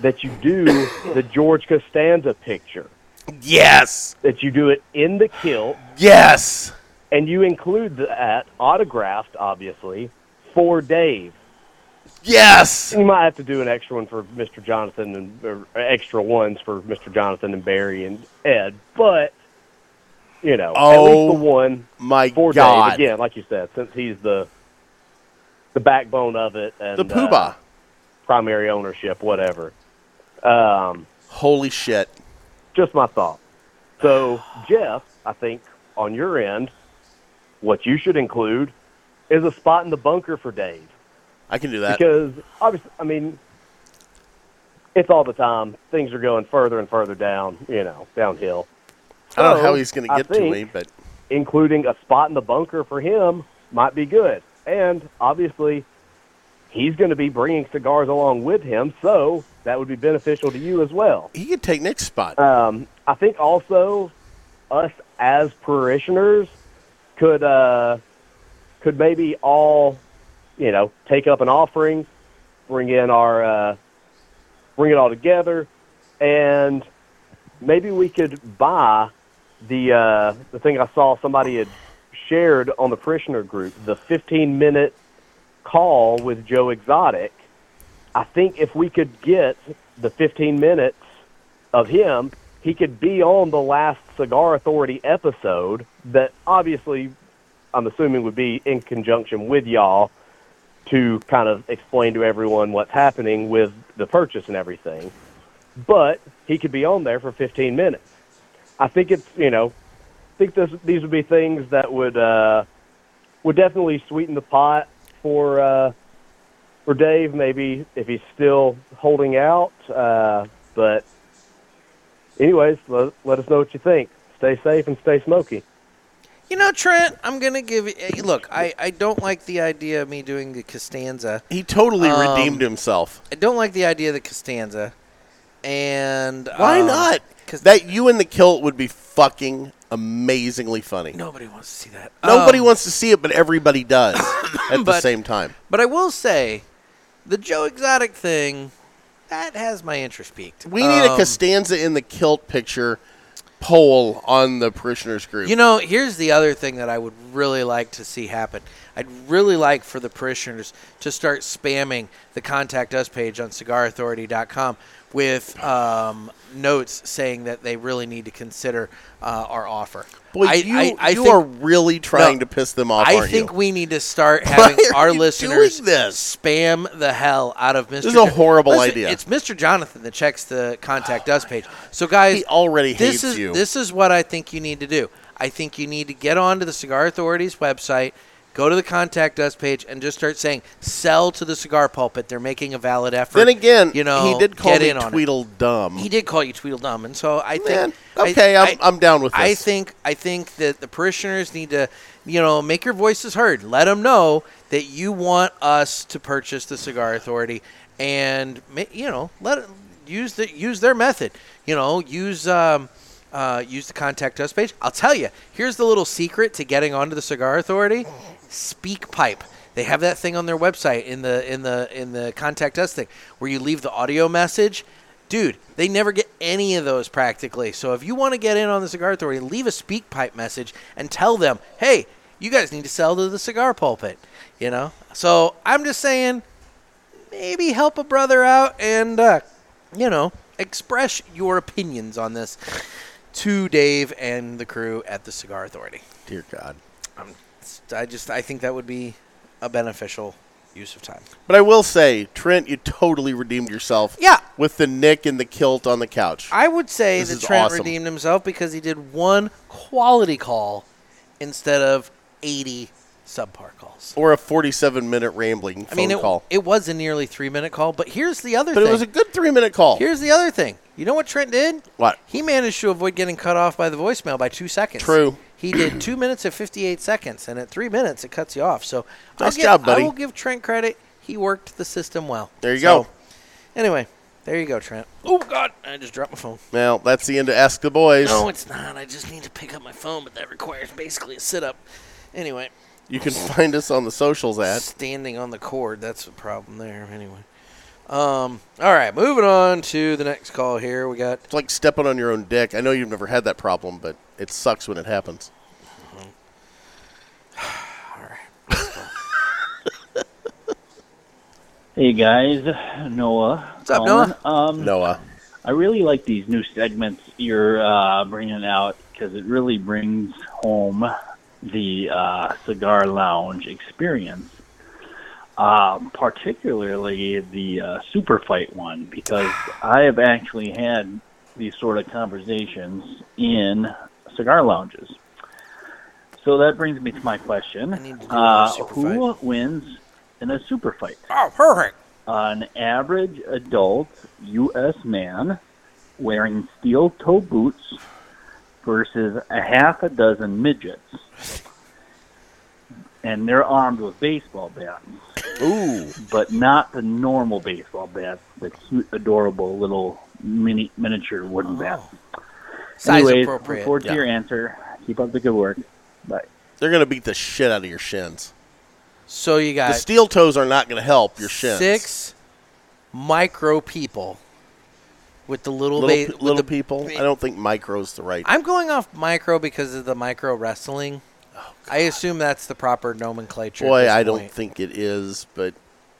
that you do the George Costanza picture. Yes. That you do it in the kilt Yes. and you include that autographed, obviously, for Dave. Yes. You might have to do an extra one for Mr. Jonathan and or extra ones for Mr. Jonathan and Barry and Ed, but you know, at Oh, least the one My for God. Dave again, like you said, since he's the the backbone of it and The uh, poobah. primary ownership, whatever. Um, Holy shit. just my thought. So, Jeff, I think on your end, what you should include is a spot in the bunker for Dave. I can do that. Because obviously, I mean, it's all the time. Things are going further and further down, you know, downhill. I don't know So, how he's going to I get to think me, but Including a spot in the bunker for him might be good. And obviously, he's going to be bringing cigars along with him, so that would be beneficial to you as well. he could take Nick's spot. Um, I think also us as parishioners could uh, could maybe all you know take up an offering, bring in our uh, bring it all together, and maybe we could buy the uh, the thing I saw somebody had shared on the parishioner group the 15 minute call with Joe Exotic. I think if we could get the 15 minutes of him, he could be on the last Cigar Authority episode that obviously I'm assuming would be in conjunction with y'all to kind of explain to everyone what's happening with the purchase and everything. But he could be on there for 15 minutes. I think it's, you know, I think this, these would be things that would uh, would definitely sweeten the pot for uh, for Dave. Maybe if he's still holding out, uh, but anyways, let, let us know what you think. Stay safe and stay smoky. You know, Trent, I'm gonna give you. eh, Look, I, I don't like the idea of me doing the Costanza. He totally Um, redeemed himself. I don't like the idea of the Costanza. And Why um, not? That you and the kilt would be fucking amazingly funny. Nobody wants to see that. Nobody Um, wants to see it, but everybody does at the But- same time. But I will say, the Joe Exotic thing that has my interest peaked. We need a Um, Costanza in the kilt picture poll on the parishioners group. You know, here's the other thing that I would really like to see happen. I'd really like for the parishioners to start spamming the contact us page on cigarauthority.com with um, notes saying that they really need to consider uh, our offer. Boy, I, you, I, I you think- are really trying No, to piss them off, I aren't think you? we need to start Why having are our you listeners doing this? spam the hell out of Mr. This is a Jo- horrible Listen, idea. It's Mr. Jonathan that checks the contact us page. So guys, He already this hates is you. this is what I think you need to do. I think you need to get onto the Cigar Authority's website, go to the contact us page, and just start saying "sell to the cigar pulpit." They're making a valid effort. Then again, you know, he did call get me in on it. Tweedledum. He did call you Tweedledum, and so I Um, think Man, I- okay, I'm- I, I'm down with I this. think I think that the parishioners need to, you know, make your voices heard. Let them know that you want us to purchase the Cigar Authority, and ma- you know, let use the use their method. You know, use. Um, uh, use the contact us page. I'll tell you. Here's the little secret to getting onto the Cigar Authority: Speak Pipe. They have that thing on their website in the in the in the contact us thing where you leave the audio message dude, they never get any of those practically. So if you want to get in on the Cigar Authority, leave a speak pipe message and tell them, hey, you guys need to sell to the cigar pulpit. You know? So I'm just saying, maybe help a brother out and, uh, you know, express your opinions on this to Dave and the crew at the Cigar Authority. Dear God. I'm, I just, I think that would be a beneficial use of time. But I will say, Trent, you totally redeemed yourself. Yeah. With the nick and the kilt on the couch. I would say This that is Trent awesome. redeemed himself because he did one quality call instead of 80 subpar calls. or a 47 minute rambling phone I mean, it, call. it was a nearly three minute call, but here's the other But thing. it was a good three minute call. Here's the other thing. You know what Trent did? What? He managed to avoid getting cut off by the voicemail by two seconds. True. He did two minutes and 58 seconds, and at three minutes, it cuts you off. So Nice I'll give, job, buddy. I will give Trent credit. He worked the system well. There you So, go. Anyway, there you go, Trent. Oh, God. I just dropped my phone. Well, that's the end of Ask the Boys. No, it's not. I just need to pick up my phone, but that requires basically a sit up. Anyway, you can find us on the socials at. standing on the cord, that's the problem there. Anyway. Um, all right, moving on to the next call here. We got It's like stepping on your own dick. I know you've never had that problem, but it sucks when it happens. Hey guys, Noah. What's up, Noah? Um, Noah. I really like these new segments you're uh, bringing out because it really brings home the uh, cigar lounge experience, uh, particularly the uh, super fight one, because I have actually had these sort of conversations in cigar lounges. So that brings me to my question: uh, Who wins in a super fight? Oh, perfect. An average adult U.S. man wearing steel-toe boots versus a half a dozen midgets, and they're armed with baseball bats. Ooh! But not the normal baseball bats, the cute, adorable little mini miniature wooden bats. Oh. Size Anyways, appropriate. look forward Yeah. to your answer. Keep up the good work. Bye. They're going to beat the shit out of your shins. So you got The steel toes are not going to help your shins. six micro people with the little, little, pe- ba- with little the- people. I don't think micro's the right. I'm going off micro because of the micro wrestling. I assume that's the proper nomenclature. at Oh, Boy, this I don't point. think it is, but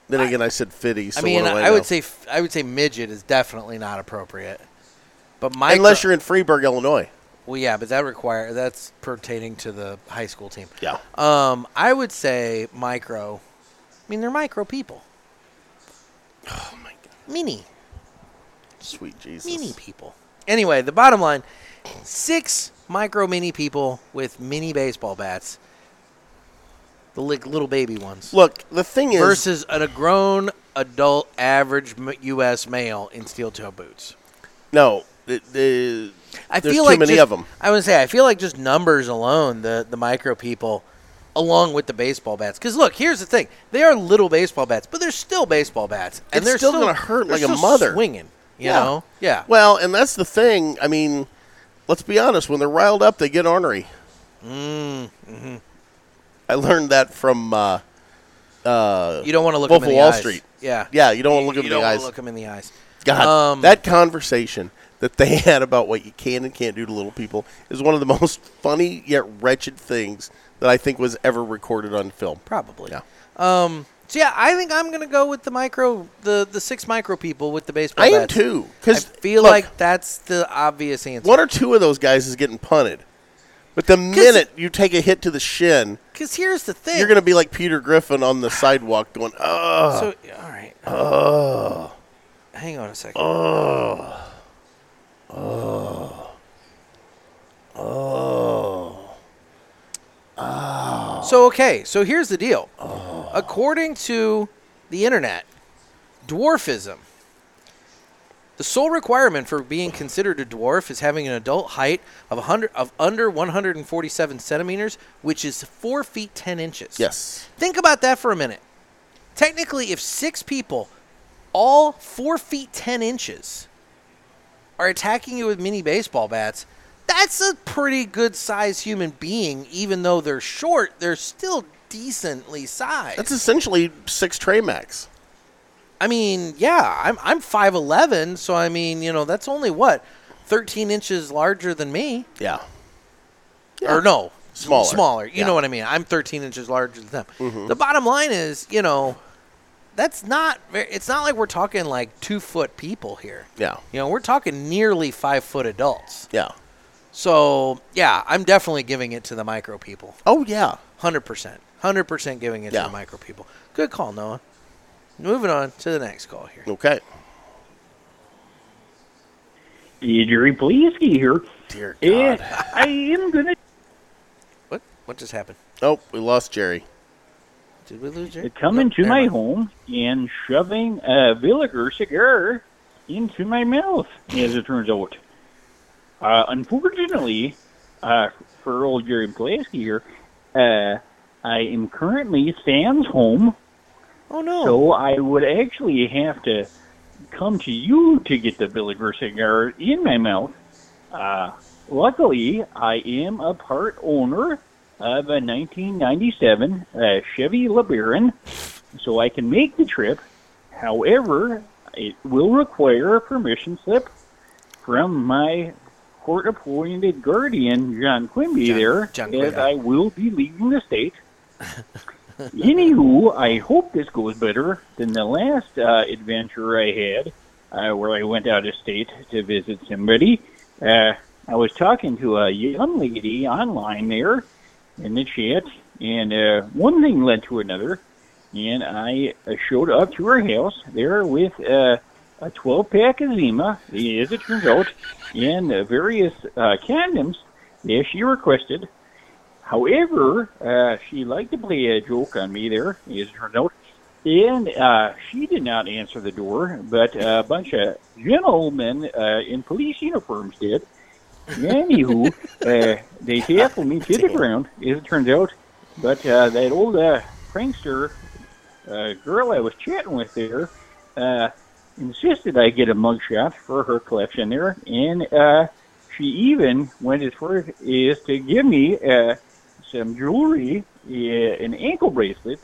then again, I, said fitty. So I mean, what do I, I, know? would say f- I would say midget is definitely not appropriate. But micro, unless you're in Freeburg, Illinois. well, yeah, but that require that's pertaining to the high school team. Yeah. Um, I would say micro. I mean, they're micro people. Oh my god. Mini, Sweet Jesus. mini people. Anyway, the bottom line: six micro mini people with mini baseball bats. The li- little baby ones. Look, the thing is, versus a grown adult average m- U.S. male in steel toe boots. no, It- they- I Uh, there's feel too like many just- of them. I would say I feel like just numbers alone, the the micro people, along with the baseball bats. Because look, here's the thing: they are little baseball bats, but they're still baseball bats, and It's they're still still, gonna hurt they're like a still mother. swinging. You Yeah. know, yeah. Well, and that's the thing. I mean, let's be honest. When they're riled up, they get ornery. Mm, mhm. I learned that from. Uh, uh, You don't want to look Wolf them of in the Wall eyes. Street. Yeah, yeah. You don't want to look you them don't in the wanna eyes. Look them in the eyes. God, Um, that conversation that they had about what you can and can't do to little people is one of the most funny yet wretched things that I think was ever recorded on film. Probably. Yeah. Um, so yeah, I think I'm gonna go with the micro, the the six micro people with the baseball. I am bats. too, 'cause, I feel look- like that's the obvious answer. One or two of those guys is getting punted, but the minute you take a hit to the shin, Because here's the thing: you're going to be like Peter Griffin on the sidewalk going, "Oh, So all right, oh, hang on a second. oh, oh, oh." So okay, so here's the deal. According to the internet, dwarfism. The sole requirement for being considered a dwarf is having an adult height of 100 of under 147 centimeters, which is four feet ten inches. Yes. Think about that for a minute. Technically, if six people, all four feet ten inches, are attacking you with mini baseball bats, that's a pretty good sized human being. Even though they're short, they're still decently sized. That's essentially six tray max. I mean, yeah, I'm I'm five eleven, so I mean, you know, that's only what thirteen inches larger than me. Yeah. Or no, Smaller. smaller. You Yeah. know what I mean? I'm thirteen inches larger than them. Mhm. The bottom line is, you know, that's not. ver- It's not like we're talking like two foot people here. Yeah. You know, we're talking nearly five foot adults. Yeah. So yeah, I'm definitely giving it to the micro people. Oh yeah. Hundred percent. Hundred percent giving it Yeah. to the micro people. Good call, Noah. Moving on to the next call here. Okay. Jerry Polieski here. Dear Eh, I am gonna. What? What just happened? Oh, we lost Jerry. Did we lose Jerry? They're coming Nope, to never my mind. home and shoving a Villiger cigar into my mouth, as it turns out. Uh, unfortunately, uh, for old Jerry Pulaski here, uh, I am currently Sam's home, Oh no. so I would actually have to come to you to get the Villiger cigar in my mouth. Uh, luckily, I am a part owner of a 1997 uh, Chevy LeBaron, so I can make the trip. However, it will require a permission slip from my court-appointed guardian, John Quimby, there, John as Quimby. I will be leaving the state. Anywho, I hope this goes better than the last uh, adventure I had, uh, where I went out of state to visit somebody. Uh, I was talking to a young lady online there in the chat, and uh, one thing led to another, and I uh, showed up to her house there with uh, a 12 pack of Zima, as it turns out, and uh, various uh, condoms that she requested. However, uh, she liked to play a joke on me there, as it turned out. And uh, she did not answer the door, but a bunch of gentlemen uh, in police uniforms did. Anywho, uh, they tackled me to the ground, as it turns out. But uh, that old uh, prankster uh, girl I was chatting with there uh, insisted I get a mugshot for her collection there, and uh, she even went as far as to give me uh, some jewelry, uh, an ankle bracelet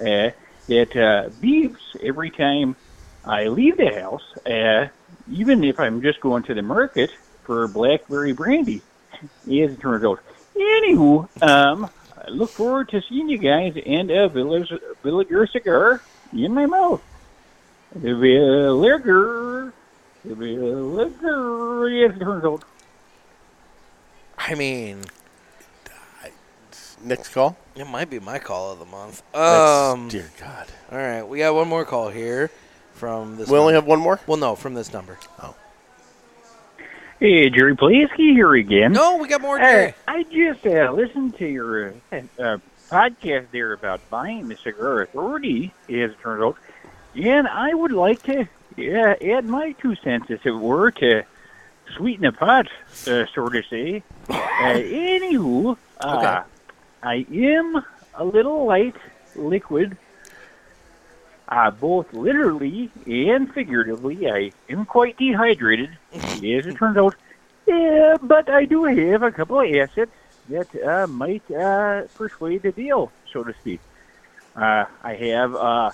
uh, that uh, beeps every time I leave the house, uh, even if I'm just going to the market for blackberry brandy, as it turns out. Anywho, um, I look forward to seeing you guys and a village, villager cigar in my mouth. The villager, the villager, as it turns out. I mean, Next call. it might be my call of the month. That's- Um, dear God. All right, we got one more call here from this. We only number. have one more. Well, no, from this number. Oh. Hey, Jerry Pulaski here again. No, we got more. Hey, Jerry. I just uh, listened to your uh, uh, podcast there about buying the Cigar Authority, as it turns out, uh, and I would like to yeah, add my two cents, as it were, to sweeten the pot, uh, so to say. Uh, anywho, uh, I am a little light liquid, uh, both literally and figuratively. I am quite dehydrated, as it turns out. Yeah, but I do have a couple of assets that uh, might uh, persuade the deal, so to speak. Uh, I have uh,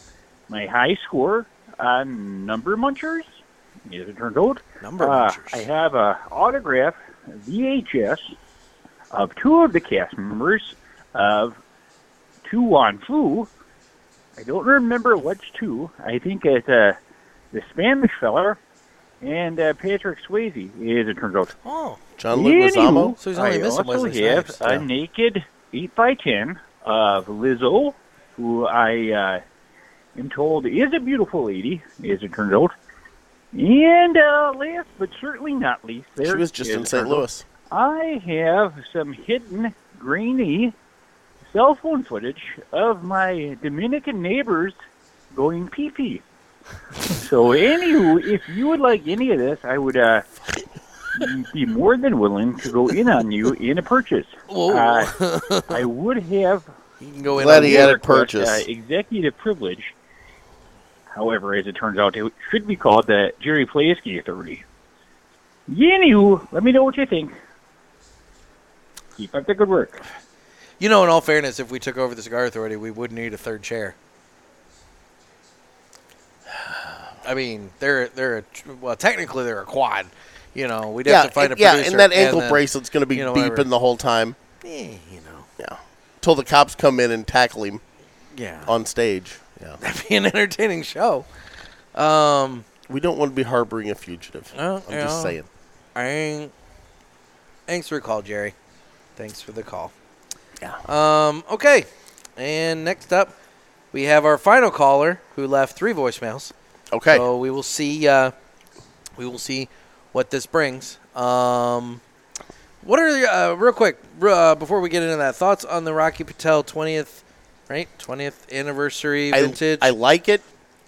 my high score on Uh, number munchers, as it turns out. Number uh, I have a autograph VHS of two of the cast members of Tu Wan Fu. I don't remember which two. I think it's uh, the Spanish fella and uh, Patrick Swayze, as it turns out. Oh, John Leguizamo. So I also have a naked 8x10 of Lizzo, who I uh, am told is a beautiful lady, as it turns out. And uh, last but certainly not least, there She was just is in St. our- Louis. I have some hidden grainy cell phone footage of my Dominican neighbors going pee pee. So, anywho, if you would like any of this, I would uh, be more than willing to go in on you in a purchase. Whoa. Uh, I would have You can go in. Glad on he the had other it course. purchased. uh, executive privilege. However, as it turns out, it should be called the Jerry Plasky Authority. Anywho, let me know what you think. Keep up the good work. You know, in all fairness, if we took over the cigar authority, we would need a third chair. I mean, they're they're a, tr- well, technically they're a quad. You know, we'd have to find a and, yeah, producer. and that ankle then, bracelet's going to be you know, beeping whatever. the whole time Eh, you know, till the cops come in and tackle him. Yeah. on stage. Yeah, be an entertaining show. Um, we don't want to be harboring a fugitive. well, I'm you just know, saying. I- Thanks for the call, Jerry. Thanks for the call. Yeah. Um. Okay. And next up, we have our final caller who left three voicemails. Okay. So we will see. Uh, we will see what this brings. Um, what are your- uh, real quick r- uh, before we get into that thoughts on the Rocky Patel twentieth, right? Twentieth anniversary I- vintage. I, like it.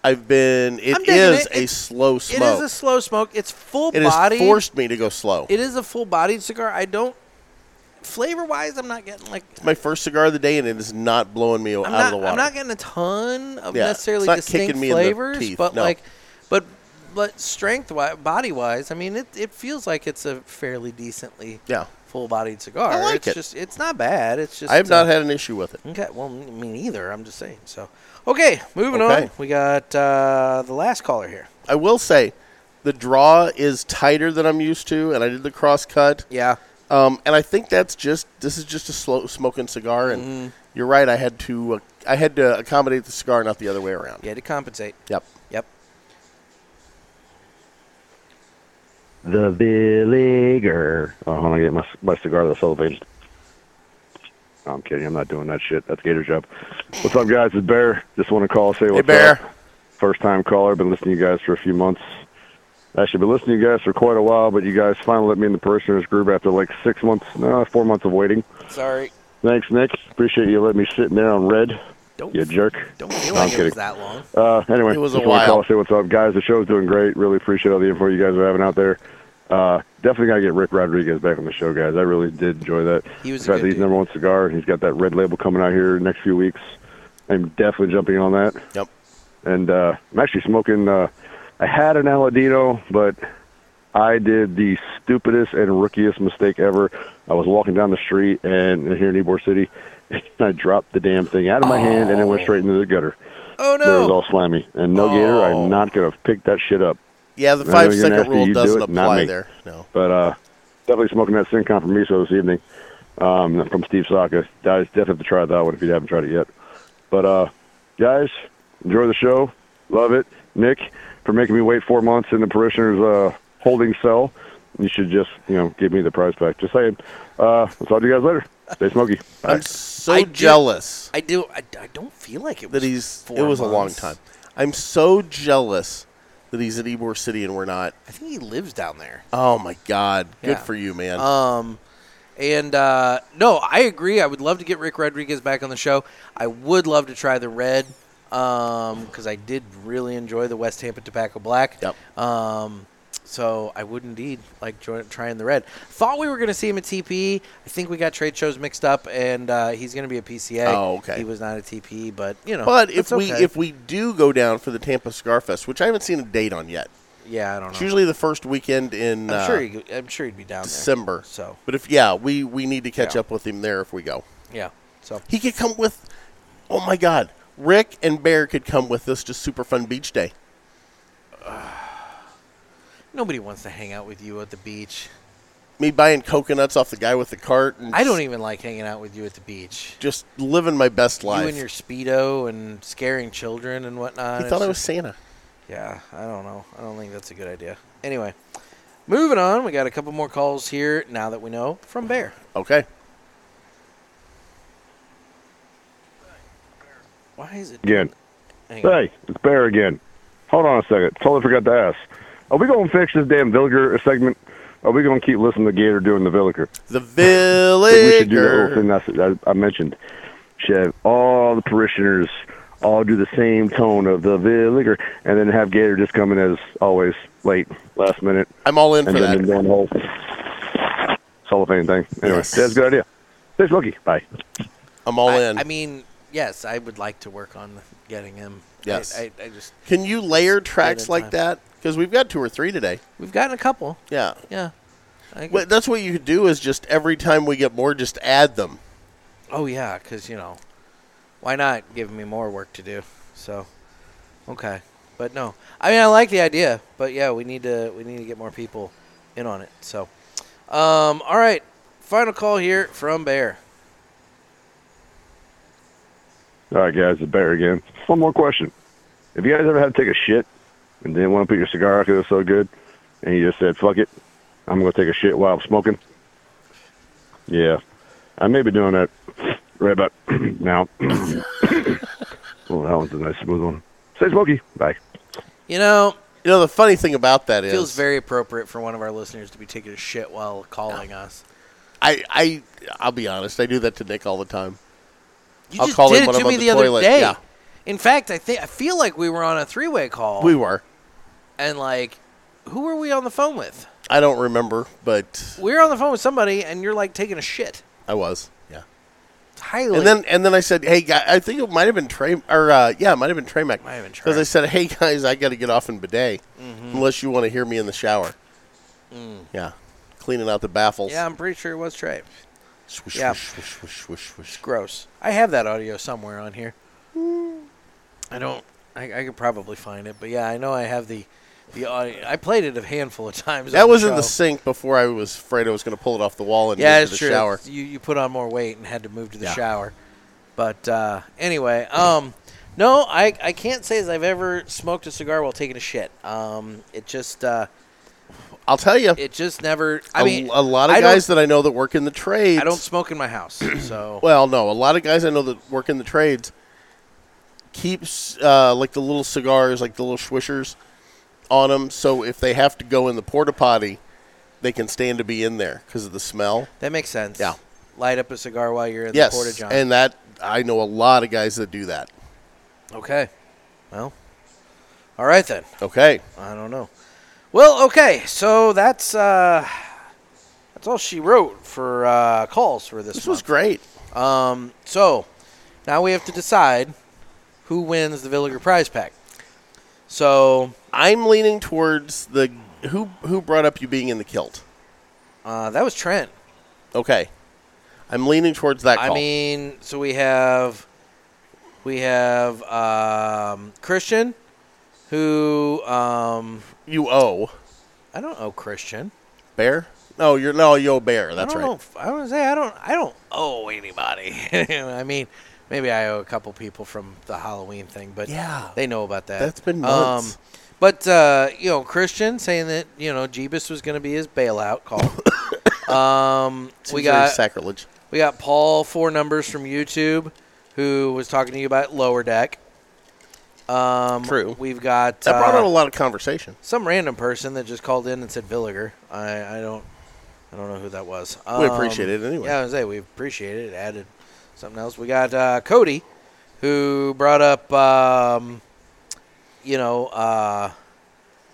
I've been. I'm It digging is it. a slow it is a smoke. slow smoke. It's full It has body. forced me to go slow. It is a full bodied cigar. I don't flavor wise. I'm not getting like It's my first cigar of the day, and it is not blowing me Oh, out I'm of not, the water. I'm not getting a ton of Yeah, necessarily it's not distinct kicking me in the flavors, teeth, but no. like, but but strength wise, body wise, I mean, it, it feels like it's a fairly decently Yeah. full bodied cigar. I like it's it. Just it's not bad. It's just I have not uh, had an issue with it. Okay, well, me neither. I'm just saying. So, okay, moving Okay. on. We got uh, the last caller here. I will say, the draw is tighter than I'm used to, and I did the cross cut. Yeah. Um, and I think that's just this is just a slow smoking cigar, and Mm-hmm. you're right. I had to uh, I had to accommodate the cigar, not the other way around. Yeah, to compensate. Yep. Yep. The Villiger. Oh, I'm gonna get my my cigar that's elevated. No, I'm kidding. I'm not doing that shit. That's Gator job. What's up, guys? It's Bear. Just want to call, say what's Bear. up. First time caller. Been listening to you guys for a few months. Actually, been listening to you guys for quite a while, but you guys finally let me in the parishioners group after like six months, no, four months of waiting. Sorry. Thanks, Nick. Appreciate you letting me sit in there on red. Don't- you jerk. Don't feel No, I'm like it was kidding. that long. Uh, anyway, It was a just wanna while. Call, say what's up, guys. The show's doing great. Really appreciate all the info you guys are having out there. Uh, definitely gotta get Rick Rodriguez back on the show, guys. I really did enjoy that. He was In a fact, good he's number one cigar, and he's got that red label coming out here next few weeks. I'm definitely jumping on that. Yep. And uh, I'm actually smoking. Uh, I had an Aladino, but I did the stupidest and rookiest mistake ever. I was walking down the street and here in Ybor City, and I dropped the damn thing out of my hand and it went straight into the gutter. Oh no! It was all slimy and no gator. I'm not gonna pick that shit up. Oh. Yeah, the I know you're five second nasty, rule you do doesn't it, not apply me. there. No. But uh, definitely smoking that Sin Con from Miso this evening um, from Steve Saka. Guys, definitely have to try that one if you haven't tried it yet. But uh, guys, enjoy the show. Love it. Nick, for making me wait four months in the parishioner's uh, holding cell, you should just, you know, give me the prize back. Just saying. Uh, I'll talk to you guys later. Stay smoky. Bye. I'm so I do- jealous I do. I, I don't feel like it was that he's. four it was a long months. time. I'm so jealous that he's at Ybor City and we're not. I think he lives down there. Oh my God! Good Yeah. for you, man. Um, and uh, no, I agree. I would love to get Rick Rodriguez back on the show. I would love to try the red um, because I did really enjoy the West Tampa Tobacco Black. Yep. Um, So I would indeed like join, trying the red. Thought we were going to see him at TPE. I think we got trade shows mixed up, and uh, he's going to be a PCA. Oh, okay. He was not a TPE, but you know. but if that's we okay. if we do go down for the Tampa Cigar Fest, which I haven't seen a date on yet, yeah, I don't know. it's usually the first weekend in I'm uh, sure he, I'm sure he'd be down December. So but if yeah, we we need to catch Yeah. up with him there if we go. there. Yeah. So He could come with. Oh my God, Rick and Bear could come with us to Super Fun Beach Day. nobody wants to hang out with you at the beach. Me buying coconuts off the guy with the cart and I don't even like hanging out with you at the beach. just living my best You life. and your speedo and scaring children and whatnot. he thought It's I was just- Santa. Yeah, I don't know. I don't think that's a good idea. Anyway, moving on. We got a couple more calls here now that we know from Bear. Okay. Why is it? Again. Hang on. Hey, it's Bear again. Hold on a second. Totally forgot to ask. Are we going to fix this damn Villiger segment? Or are we going to keep listening to Gator doing the Villiger? The We should do that Villiger. little thing I, said- I, I mentioned. Should have all the parishioners all do the same tone of the Villiger, and then have Gator just come in as always, late, last minute. I'm all in and for then that. the damn whole cellophane thing. Anyway, Yes. that's a good idea. Thanks, Lucky. Bye. I'm all in. I mean, yes, I would like to work on getting him. I- Yes. I, I just Can you layer tracks in time. like that? Because we've got two or three today. we've gotten a couple. Yeah. Yeah. I Well, that's what you could do is just every time we get more, just add them. Oh yeah, because you know, why not give me more work to do? So, okay, but no, I mean I like the idea, but yeah, we need to we need to get more people in on it. So, um, all right, final call here from Bear. All right, guys, it's Bear again. One more question. Have you guys ever had to take a shit and didn't want to put your cigar out because it was so good, and you just said, fuck it, I'm going to take a shit while I'm smoking? Yeah. I may be doing that right about now. oh, that one's a nice smooth one. Stay smoky. Bye. You know, You know, the funny thing about that it is, feels very appropriate for one of our listeners to be taking a shit while calling us. I, I, I'll be honest, I do that to Nick all the time. You I'll just call him did when it I'm to on me the the, other toilet, day. yeah. In fact, I think I feel like we were on a three-way call. We were. and like, who were we on the phone with? I don't remember, but We were on the phone with somebody, and you're like taking a shit. I was. Yeah. It's highly. And then, and then I said, "Hey, guy, I think it might have been Trey, or uh, yeah, it might have been Trey Mac, have been Mm-hmm. because I said, "Hey guys, I got to get off in bidet, unless you want to hear me in the shower." Mm. Yeah, cleaning out the baffles. Yeah, I'm pretty sure it was Trey. Swish, yeah. swish, swish, swish, swish, swish. Gross. I have that audio somewhere on here. I don't. I, I could probably find it, but yeah, I know I have the the audio. I played it a handful of times. That on was in show. the sink before I was afraid I was going to pull it off the wall and yeah, yeah, it's to the true. shower. You you put on more weight and had to move to the Yeah. shower. But uh, anyway, um, no, I, I can't say as I've ever smoked a cigar while taking a shit. Um, it just uh, I'll tell you, it just never. I a mean, a lot of I don't- guys that I know that work in the trades. I don't smoke in my house, so Well, no, a lot of guys I know that work in the trades keeps uh, like the little cigars, like the little swishers, on them. So if they have to go in the porta potty, they can stand to be in there because of the smell. that makes sense. Yeah. Light up a cigar while you're in the porta yes, john. and that I know a lot of guys that do that. Okay. Well, all right then. Okay, I don't know. Well, okay. So that's uh, that's all she wrote for uh, calls for this. this was great. great. Um, so now we have to decide who wins the Villiger Prize Pack. So I'm leaning towards the who who brought up you being in the kilt. uh, that was Trent. Okay, I'm leaning towards that. Call. I mean, so we have we have um, Christian, who um, you owe I don't owe Christian. bear. No, you're no you owe bear. That's I right. don't Know, I don't say I don't. I don't owe anybody. I mean, maybe I owe a couple people from the Halloween thing, but Yeah. they know about that. Um, That's been months. but uh, you know, Christian saying that you know Jeebus was going to be his bailout call. um, we Seems very got sacrilege. we got Paul four numbers from YouTube, who was talking to you about lower deck. Um, True. We've got That brought uh, out a lot of conversation. some random person that just called in and said Villiger. I, I don't I don't know who that was. We appreciate it anyway. Yeah, I was gonna say we appreciate it. It Added something else. We got uh, Cody, who brought up um, you know uh,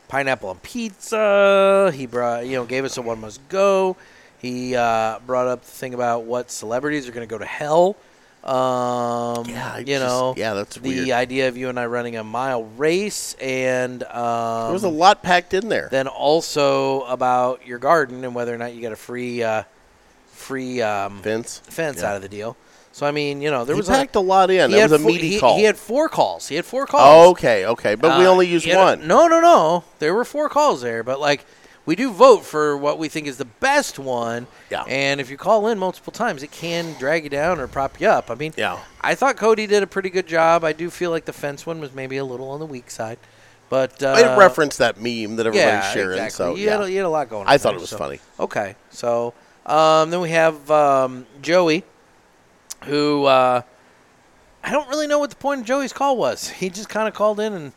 pineapple on pizza. He brought, you know, gave us a one must go. He uh, brought up the thing about what celebrities are going to go to hell. Um, yeah, you know, yeah, that's the weird. idea of you and I running a mile race, and um, there was a lot packed in there. then also about your garden and whether or not you got a free uh, free um, fence fence Yeah. out of the deal. So I mean, you know, there He was packed a lot in. He That had was a four- meaty he- call. He had four calls. He had four calls. Oh, okay, okay, but we Uh, only used you know- one. No, no, no. There were four calls there, but like we do vote for what we think is the best one. Yeah. And if you call in multiple times, it can drag you down or prop you up. I mean, Yeah. I thought Cody did a pretty good job. I do feel like the fence one was maybe a little on the weak side, but uh, it referenced that meme that everybody's yeah, sharing. Exactly. So you, yeah, had a, you had a lot going. on I thought there, it was so- funny. Okay, so um, then we have um, Joey, who uh, I don't really know what the point of Joey's call was. He just kind of called in and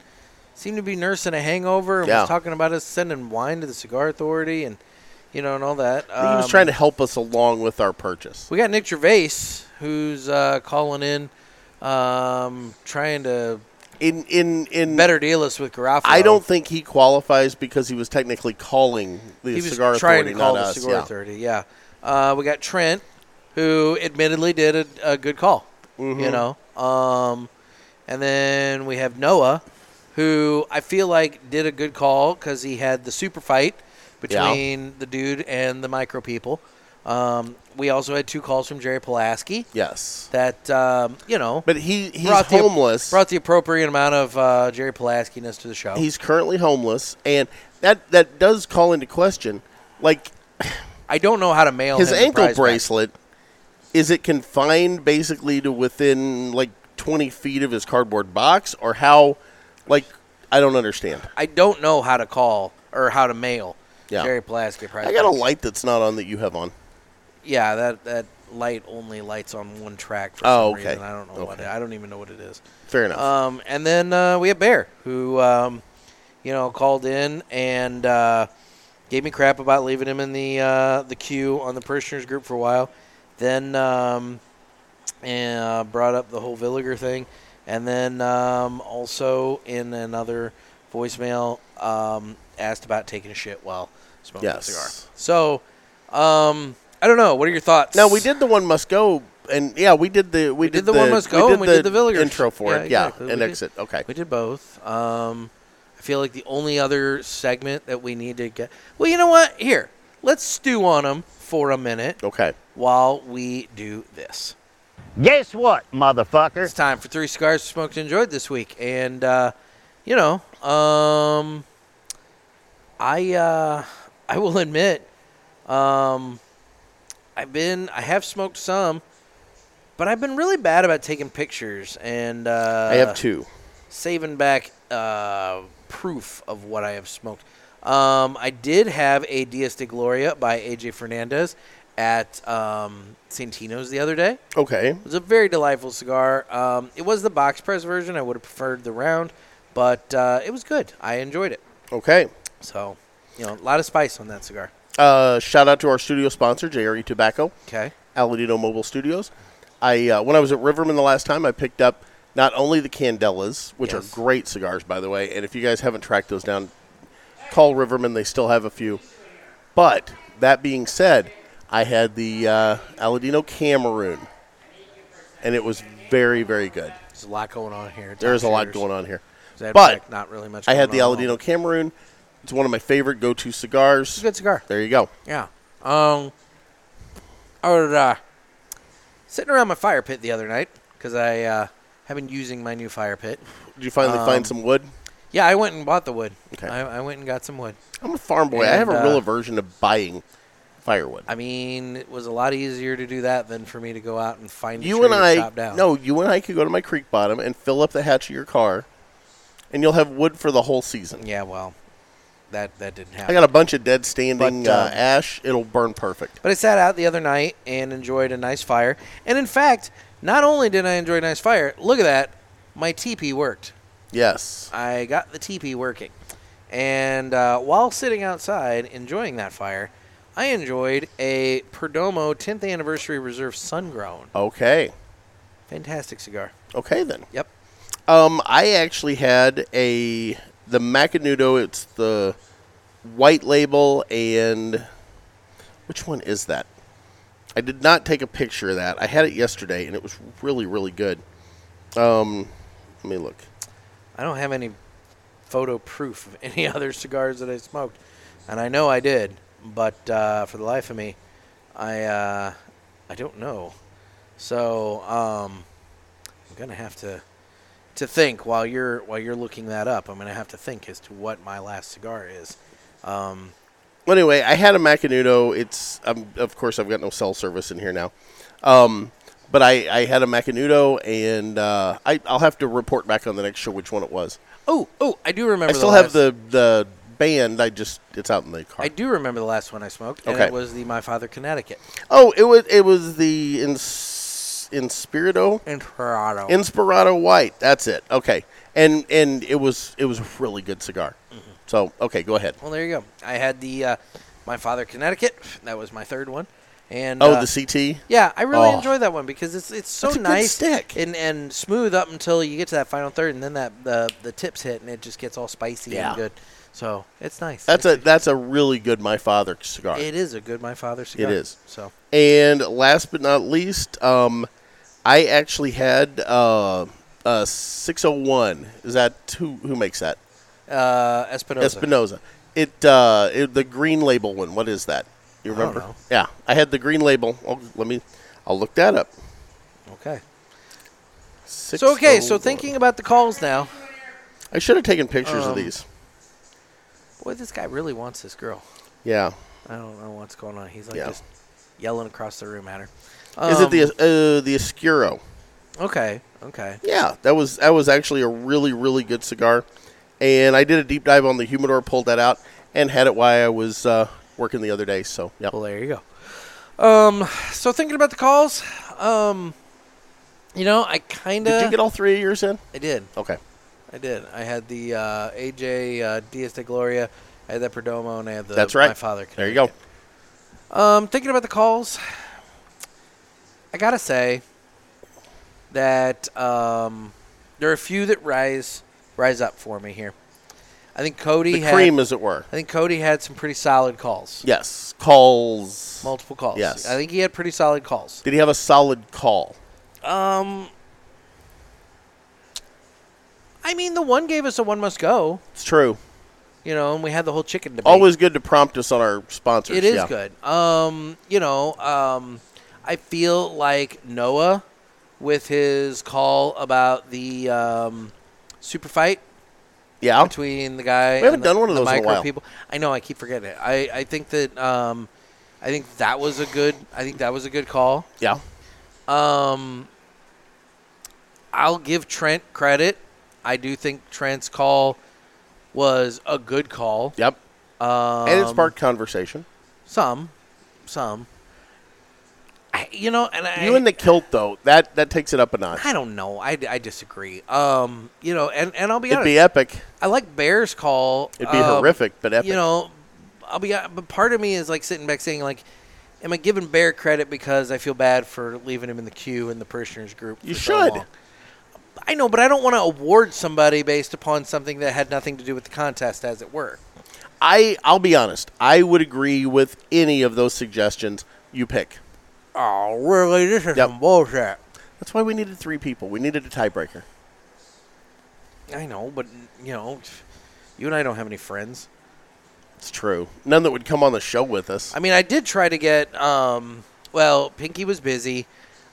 seemed to be nursing a hangover and Yeah. was talking about us sending wine to the cigar authority and you know and all that. Um, I think he was trying to help us along with our purchase. We got Nick Gervais, who's uh, calling in, um, trying to in in in better deal us with Garofalo. I don't think he qualifies because he was technically calling the he was cigar trying authority, to call not the us. cigar yeah. authority. Yeah, uh, we got Trent, who admittedly did a, a good call. You Mhm. know, um, and then we have Noah, who I feel like did a good call because he had the super fight Yeah. between the dude and the micro people. Um, we also had two calls from Jerry Pulaski. Yes. That um, you know, but he he's brought the- homeless. brought the appropriate amount of uh, Jerry Pulaski-ness to the show. He's currently homeless, and that that does call into question, like I don't know how to mail his him the ankle prize back. bracelet. Is it confined basically to within like twenty feet of his cardboard box, or how? Like I don't understand. I don't know how to call or how to mail Yeah. Jerry Pulaski prize. I got a packs. light that's not on that you have on. Yeah, that that light only lights on one track for Oh, some okay. reason. I don't know what it, Okay. I don't even know what it is. Fair enough. Um, and then uh, we have Bear, who um, you know called in and uh, gave me crap about leaving him in the uh, the queue on the parishioners group for a while. Then um, and uh, brought up the whole Villiger thing, and then um, also in another voicemail um, asked about taking a shit while smoking Yes. a cigar. So um, I don't know. What are your thoughts? No, we did the one must go, and yeah, we did the we, did the one must go, we did and we the did the Villiger intro for Yeah, it, yeah, exactly. We and did- exit. Okay, We did both. Um, I feel like the only other segment that we need to get. Well, you know what? Here, let's stew on them for a minute. Okay. While we do this. Guess what, motherfucker? It's time for three cigars smoked and enjoyed this week, and uh, you know, um, I uh, I will admit, um, I've been I have smoked some, but I've been really bad about taking pictures, and uh, I have two. saving back uh, proof of what I have smoked. Um, I did have a Dias de Gloria by AJ Fernandez at um, Santino's the other day. Okay. It was a very delightful cigar. Um, it was the box press version. I would have preferred the round, but uh, it was good. I enjoyed it. Okay. So, you know, a lot of spice on that cigar. Uh, shout out to our studio sponsor, JRE Tobacco. Okay. Aladino Mobile Studios. I uh, when I was at Riverman the last time, I picked up not only the Candelas, which Yes. are great cigars by the way, and if you guys haven't tracked those down, call Riverman. They still have a few. But that being said, I had the uh, Aladino Cameroon, and it was very very good. There's a lot going on here. There is a lot Doctors. going on here. Is that but fact, not really much I had the going on at Aladino Cameroon. It's one of my favorite go-to cigars. good cigar. There you go. Yeah. Um, I was uh, sitting around my fire pit the other night because I uh, have been using my new fire pit. Did you finally Um, find some wood? Yeah, I went and bought the wood. Okay. I, I went and got some wood. I'm a farm boy. I have And, a real uh, aversion to buying firewood. I mean, it was a lot easier to do that than for me to go out and find a You tree and to I, chop down. no, you and I could go to my creek bottom and fill up the hatch of your car, and you'll have wood for the whole season. Yeah, well, that that didn't happen. I got a bunch of dead standing But, uh, um, ash. It'll burn perfect. But I sat out the other night and enjoyed a nice fire. And in fact, not only did I enjoy a nice fire, look at that, my teepee worked. Yes. I got the teepee working. And uh, while sitting outside enjoying that fire, I enjoyed a Perdomo 10th Anniversary Reserve Sun Grown. Okay. Fantastic cigar. Okay then. Yep. Um, I actually had a the Macanudo. It's the white label and which one is that? I did not take a picture of that. I had it yesterday and it was really really good. Um, let me look. I don't have any photo proof of any other cigars that I smoked, and I know I did, but uh, for the life of me, I uh, I don't know. So um, I'm gonna have to to think while you're while you're looking that up. I'm gonna have to think as to what my last cigar is. Um, Well, anyway, I had a Macanudo. It's um, of course I've got no cell service in here now, um, but I, I had a Macanudo, and uh, I, I'll have to report back on the next show which one it was. oh, oh, I do I remember. still the have last- the the band. I just it's out in the car. I do remember the last one I smoked, and Okay. it was the My Father Connecticut. oh, it was it was the in Inspirito Inspirado. Inspirado White. That's it. Okay, and and it was it was a really good cigar. Mm-hmm. So okay, go ahead. Well, there you go. I had the uh, My Father Connecticut. That was my third one. And oh, uh, the CT. Yeah, I really Oh. enjoy that one because it's it's so That's a good nice stick. and and smooth up until you get to that final third, and then that the the tips hit and it just gets all spicy Yeah. and good. So it's nice. That's It's- a that's a really good my father cigar. It is a good My Father cigar. It is. So And last but not least, um, I actually had uh, a 601. Is that who who makes that? uh, Espinosa. Espinosa. It, uh, it the green label one. What is that? You I don't remember? know. Yeah, I had the green label. Oh, let me. I'll look that up. Okay. So okay. So thinking about the calls now. oh I should have taken pictures Um, of these. Boy, this guy really wants this girl. Yeah. I don't know what's going on. He's like Yeah. just yelling across the room at her. is it Um, the uh, the Oscuro? Okay. Okay. Yeah, that was that was actually a really really good cigar, and I did a deep dive on the humidor, pulled that out, and had it while I was uh, working the other day. So yeah, well there you go. Um, so thinking about the calls, um, you know, I kind of Did you get all three of yours in? I did. Okay. I did. I had the uh, AJ uh, Diaz de Gloria. I had that Perdomo, and I had the That's right. My father. There you go. Um, thinking about the calls, I gotta say that um, there are a few that rise rise up for me here. I think Cody The had, cream, as it were. I think Cody had some pretty solid calls, Yes, calls. multiple calls. Yes. I think he had pretty solid calls. Did he have a solid call? Um, I mean, the one gave us a one must go, It's true. you know, and we had the whole chicken debate. Always good to prompt us on our sponsors. It is yeah. good. Um, you know, um, I feel like Noah with his call about the um, super fight. Yeah. Between the guy. haven't and the- done one of the those in a micro while. People. I know. I keep forgetting it. I, I think that um, I think that was a good. I think that was a good call. Yeah. Um, I'll give Trent credit. I do think Trent's call was a good call. Yep. Um, and it sparked conversation. some, some. I, you know, and I, you in the kilt though. That that takes it up a notch. I don't know. I, I disagree. Um, you know, and, and I'll be It'd honest. be epic. I like Bears call. It'd be um, horrific, but epic. You know, I'll be. uh, But part of me is like sitting back saying like, am I giving Bear credit because I feel bad for leaving him in the queue in the parishioners group? You for so should. long? I know, but I don't want to award somebody based upon something that had nothing to do with the contest, as it were. I I'll be honest. I would agree with any of those suggestions you pick. Oh, really? This is some bullshit. That's why we needed three people. We needed a tiebreaker. I know, but you know, you and I don't have any friends. It's true. None that would come on the show with us. I mean, I did try to get. Um, well, Pinky was busy.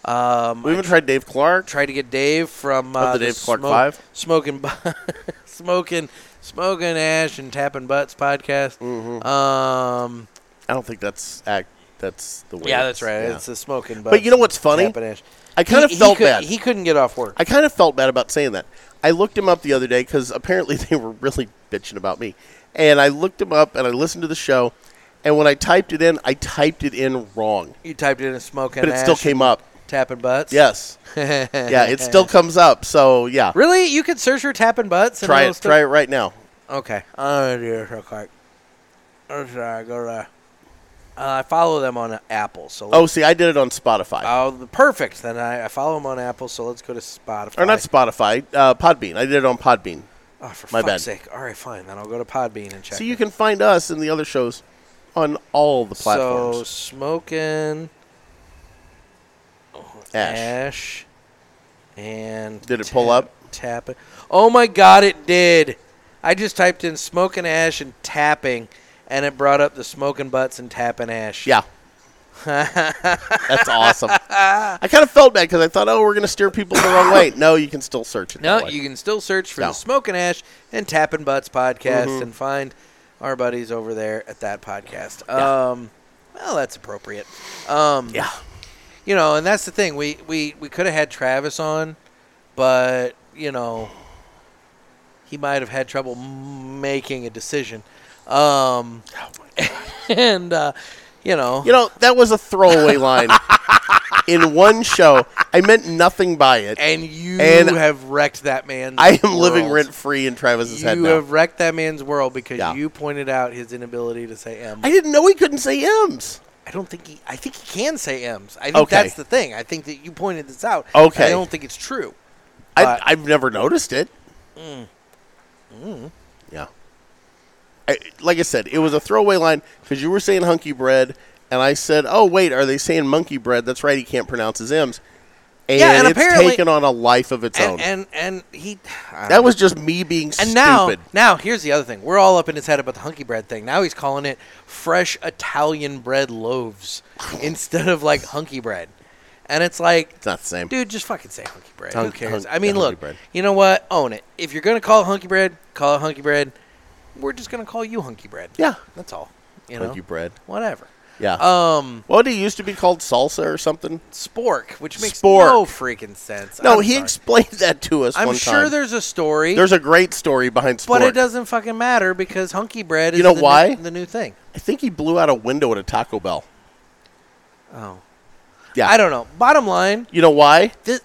Um, We even tried Dave Clark. Tried to get Dave from Of uh, the Dave Clark Smo- Five? smoking, Bu- smoking, smoking ash and tapping butts podcast. Mm-hmm. Um, I don't think that's act. That's the way. yeah, it that's is. right. Yeah. It's the smoking butts. But you know what's and funny? tapping ash. I kind of He- he felt could- bad. He couldn't get off work. I kind of felt bad about saying that. I looked him up the other day because apparently they were really bitching about me. And I looked him up and I listened to the show. And when I typed it in, I typed it in wrong. You typed in a smoking, But it still ash came and up. Tapping butts. Yes. yeah, it still comes up. So, yeah. Really, you could search for tapping butts. And Try it'll it. still- Try it right now. Okay. I'm gonna do this real quick. I'm sorry. Go to. Uh, I follow them on Apple. So Oh, see, I did it on Spotify. Oh, the- perfect. Then Oh, I, I follow them on Apple. So let's go to Spotify. or not Spotify, uh, Podbean. I did it on Podbean. Oh, for My fuck's bad. sake. All right, fine. Then I'll go to Podbean and check. So you can find us and the other shows on all the platforms. So smoking Ash. and Did it pull up? tapping. Oh my god, it did. I just typed in smoking ash and tapping and it brought up the smoking butts and tapping ash. Yeah. That's awesome. I kind of felt bad because I thought, oh, we're going to steer people the wrong way. No, you can still search it. No, that way. you can still search for No. the Smoking Ash and Tapping Butts podcast Mhm. and find our buddies over there at that podcast. Yeah. Um, well, that's appropriate. Um, yeah, you know, and that's the thing. We we we could have had Travis on, but you know, he might have had trouble m- making a decision. Um, Oh and uh, you know, You know, that was a throwaway line in one show. I meant nothing by it. and you and have wrecked that man's. I am living world. rent free in Travis's head you now. have wrecked that man's world because Yeah. you pointed out his inability to say M. I didn't know he couldn't say M's. I don't think he. I think he can say M's. I think Okay. that's the thing. I think that you pointed this out. Okay. I don't think it's true. I, I've never noticed it. Mm. Mm. Yeah. I, like I said, it was a throwaway line because you were saying hunky bread, and I said, oh, wait, are they saying monkey bread? That's right, he can't pronounce his M's. And, Yeah, and it's apparently- taken on a life of its own. And, and and he. I don't that was know. just me being And stupid. now, now here's the other thing. We're all up in his head about the hunky bread thing. Now he's calling it fresh Italian bread loaves instead of like hunky bread, and it's like it's not the same. Dude, just fucking say hunky bread. Hunk- Who hunk- cares? I mean, hunky look, bread. you know what? Own it. If you're going to call it hunky bread, call it hunky bread. We're just going to call you hunky bread. Yeah. That's all. You know? hunky bread. Whatever. Yeah. Um, what did it used to be called salsa or something? Spork, which makes Spork. no freaking sense. No, I'm he sorry. explained that to us. I'm one sure time. there's a story. There's a great story behind Spork. But it doesn't fucking matter because hunky bread is You know the, why? New, the new thing. I think he blew out a window at a Taco Bell. Oh. Yeah. I don't know. Bottom line, You know why? this,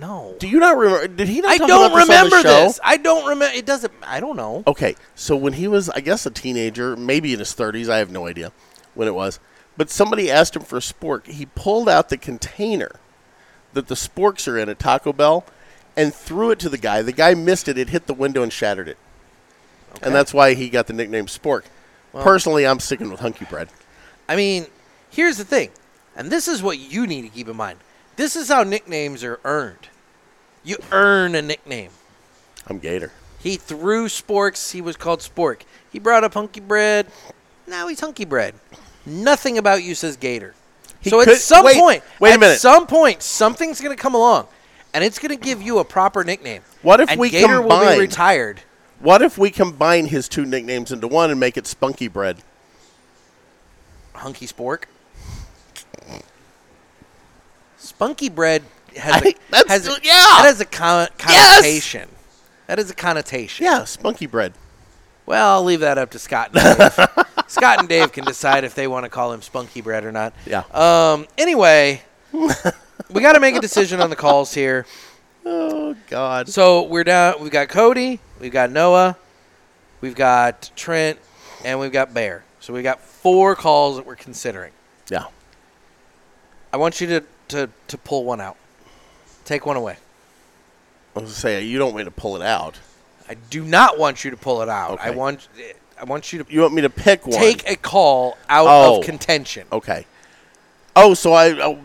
no. Do you not remember? Did he not? I talk don't about this on the remember show? this. I don't remember. It doesn't. I don't know. Okay, so when he was, I guess, a teenager, maybe in his 30s, I have no idea when it was, but somebody asked him for a spork. He pulled out the container that the sporks are in at Taco Bell and threw it to the guy. The guy missed it, it hit the window and shattered it. Okay. And that's why he got the nickname Spork. Well- Personally, I'm sticking with Hunky Bread. I mean, here's the thing, and this is what you need to keep in mind. This is how nicknames are earned. You earn a nickname. I'm Gator. He threw sporks. He was called Spork. He brought up hunky bread. Now he's hunky bread. Nothing about you says Gator. so at could- some wait, point, wait a at minute. some point, something's going to come along, and it's going to give you a proper nickname. What if And we Gator combine? will be retired? What if we combine his two nicknames into one and make it Spunky Bread? Hunky Spork. Spunky bread has a, I- that's- has a- yeah. that has a con- connotation. That is a connotation. Yeah, Spunky Bread. Well, I'll leave that up to Scott and Dave. Scott and Dave can decide if they want to call him Spunky Bread or not. Yeah. Um. Anyway, we got to make a decision on the calls here. Oh God. So we're down. We've got Cody. We've got Noah. We've got Trent, and we've got Bear. So we got four calls that we're considering. Yeah. I want you to to, to pull one out. Take one away. I was gonna say you don't want me to pull it out. I do not want you to pull it out. I Okay. want I want you to You want me to pick one? take a call out Oh. of contention. Okay. Oh, so I. Uh,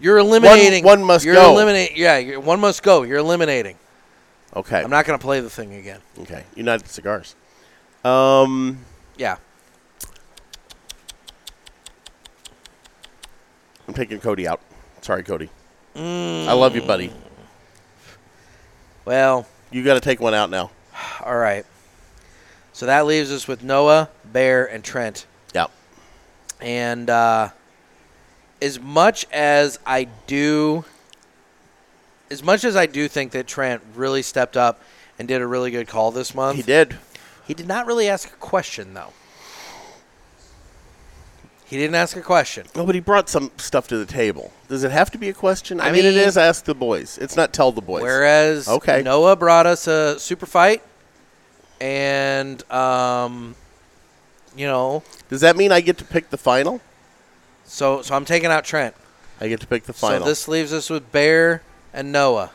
You're eliminating. One, one must you're go. Eliminate. Yeah, you're, one must go. You're eliminating. okay. I'm not going to play the thing again. okay. United Cigars. Um. Yeah. I'm taking Cody out. Sorry, Cody. Mm. I love you, buddy. Well, You got to take one out now. all right. So that leaves us with Noah, Bear, and Trent. Yep. And uh, as much as I do, as much as I do think that Trent really stepped up and did a really good call this month, He did. He did not really ask a question though. He didn't ask a question. No, but he brought some stuff to the table. Does it have to be a question? I, I mean, it mean- is ask the boys. It's not tell the boys. Whereas Okay. Noah brought us a super fight, and um, you know, Does that mean I get to pick the final? so so I'm taking out Trent. I get to pick the final. So this leaves us with Bear and Noah.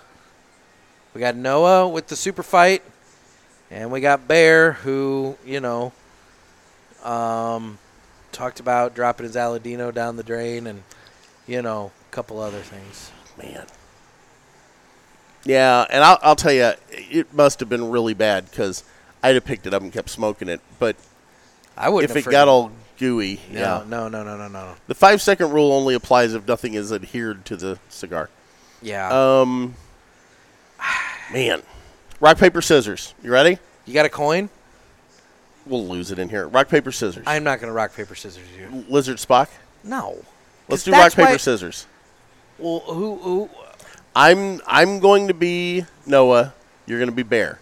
We got Noah with the super fight, And we got Bear, who, you know, um, talked about dropping his Aladino down the drain and, you know, a couple other things. Man. Yeah, and I'll, I'll tell you, it must have been really bad because I'd have picked it up and kept smoking it. But I wouldn't if have it got friggin- all gooey. No, yeah. no, no, no, no, no. The five second rule only applies if nothing is adhered to the cigar. Yeah. Um, man, rock paper scissors. You ready? You got a coin? We'll lose it in here. Rock paper scissors. I'm not going to rock, paper, scissors you. Lizard Spock. No. Let's 'Cause do rock that's paper why- scissors. Well, who, who? I'm I'm going to be Noah. You're going to be Bear.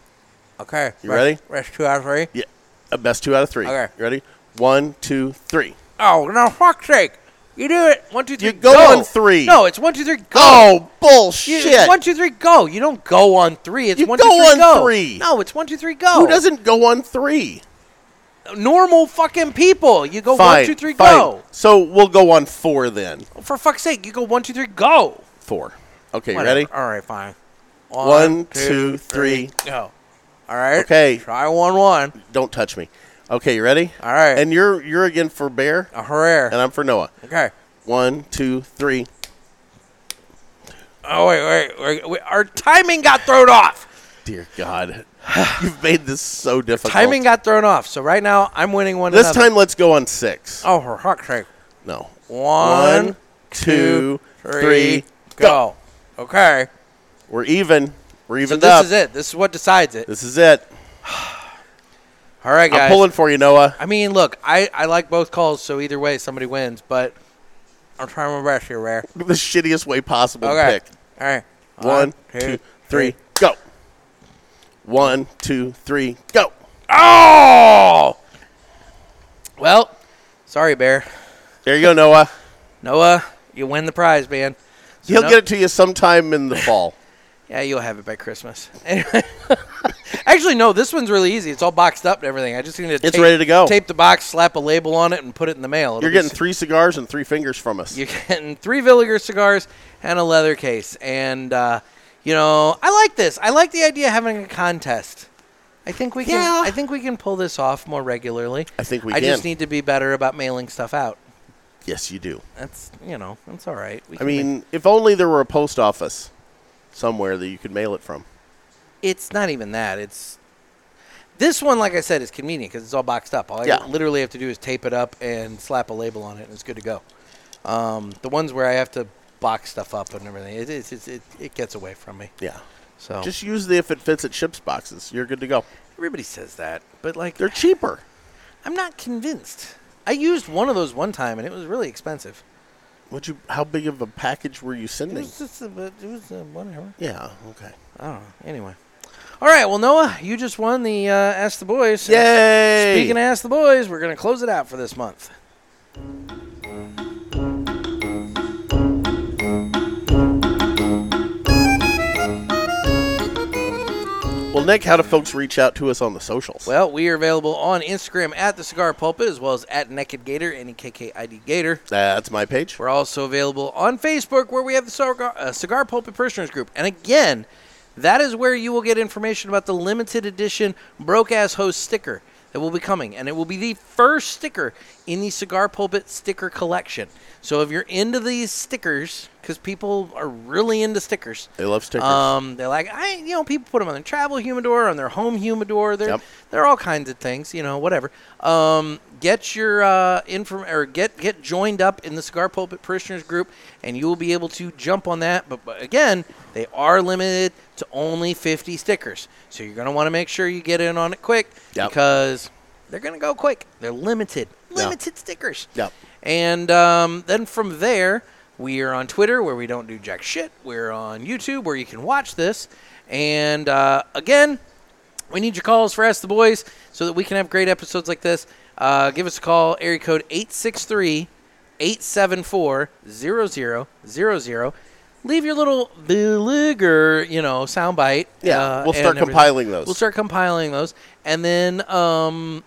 Okay. You rest- ready? Rest two out of three. Yeah. Uh, Best two out of three. Okay. You ready? One, two, three. Oh, no, fuck's sake. You do it. One, two, three, You go on three. No, it's one, two, three, go. Oh, You- bullshit. it's one, two, three, go. You don't go on three. It's You one, go two, three, on go. three. No, it's one, two, three, go. Who doesn't go on three? Normal fucking people. You go fine. one, two, three, fine. go. So we'll go on four then. For fuck's sake, you go one, two, three, go. Four. Okay, you Whatever. ready? All right, fine. One, two, two, three. go. All right. Okay. Try one, one. Don't touch me. Okay, you ready? All right. And you're you're again for Bear, A hooray. and I'm for Noah. Okay. One, two, three. Oh wait, wait, wait, wait. Our timing got thrown off. Dear God, you've made this so difficult. Timing got thrown off. So right now I'm winning one. This another. time, let's go on six. Oh, for fuck's sake. No. One, two, two, three, three, go. Okay. We're even. We're So even this up. is it. This is what decides it. This is it. All right, guys. I'm pulling for you, Noah. I mean, look, I, I like both calls, so either way, somebody wins. But I'm trying my best here, Rare. The shittiest way possible to Okay. pick. All right. One, two, three, go. One, two, three, go. Oh! Well, sorry, Bear. There you go, Noah. Noah, you win the prize, man. So He'll no- get it to you sometime in the fall. Yeah, you'll have it by Christmas. Anyway. Actually, no, this one's really easy. It's all boxed up and everything. I just need to It's tape- ready to go. Tape the box, slap a label on it, and put it in the mail. It'll You're be getting s- three cigars and three fingers from us. You're getting three Villiger cigars and a leather case. And, uh, you know, I like this. I like the idea of having a contest. I think we can. I think we can pull this off more regularly. I think we I can. just need to be better about mailing stuff out. yes, you do. That's you know, that's all right. We I can make- mean, if only there were a post office somewhere that you could mail it from. it's not even that. It's this one, like I said, is convenient because it's all boxed up. All I Yeah. literally have to do is tape it up and slap a label on it, and it's good to go. Um, the ones where I have to box stuff up and everything, it it, it, it, it gets away from me. Yeah. So Just use the if it fits it ships boxes. You're good to go. everybody says that, but like They're cheaper. I'm not convinced. I used one of those one time, and it was really expensive. What you? How big of a package were you It sending? was just a, bit- it was uh whatever. Yeah. Okay. I don't know. Anyway. All right. Well, Noah, you just won the uh, Ask the Boys. Yay! Speaking of Ask the Boys, we're going to close it out for this month. Well, Nick, how do folks reach out to us on the socials? Well, we are available on Instagram at the Cigar Pulpit as well as at Naked Gator, E N-E-K-K-I-D Gator. That's my page. We're also available on Facebook where we have the Cigar, uh, Cigar Pulpit Parishioners Group. And again, that is where you will get information about the limited edition Broke Ass Host sticker that will be coming. And it will be the first sticker in the Cigar Pulpit sticker collection. So if you're into these stickers, because people are really into stickers, They love stickers. um, they're like, I, you know, people put them on their travel humidor, on their home humidor. They're, Yep. they're all kinds of things, you know, whatever. Um, get your uh, inform or get get joined up in the cigar pulpit parishioners group, and you will be able to jump on that. But, but again, they are limited to only 50 stickers, so you're gonna want to make sure you get in on it quick Yep. because they're gonna go quick. They're limited, limited stickers. Yep. And um, then from there, we are on Twitter where we don't do jack shit. We're on YouTube where you can watch this. And uh, again, we need your calls for Ask the Boys so that we can have great episodes like this. Uh, give us a call, area code 863 874 0000. Leave your little beleaguer, you know, soundbite. Yeah, uh, we'll and start everything. compiling those. We'll start compiling those. And then um,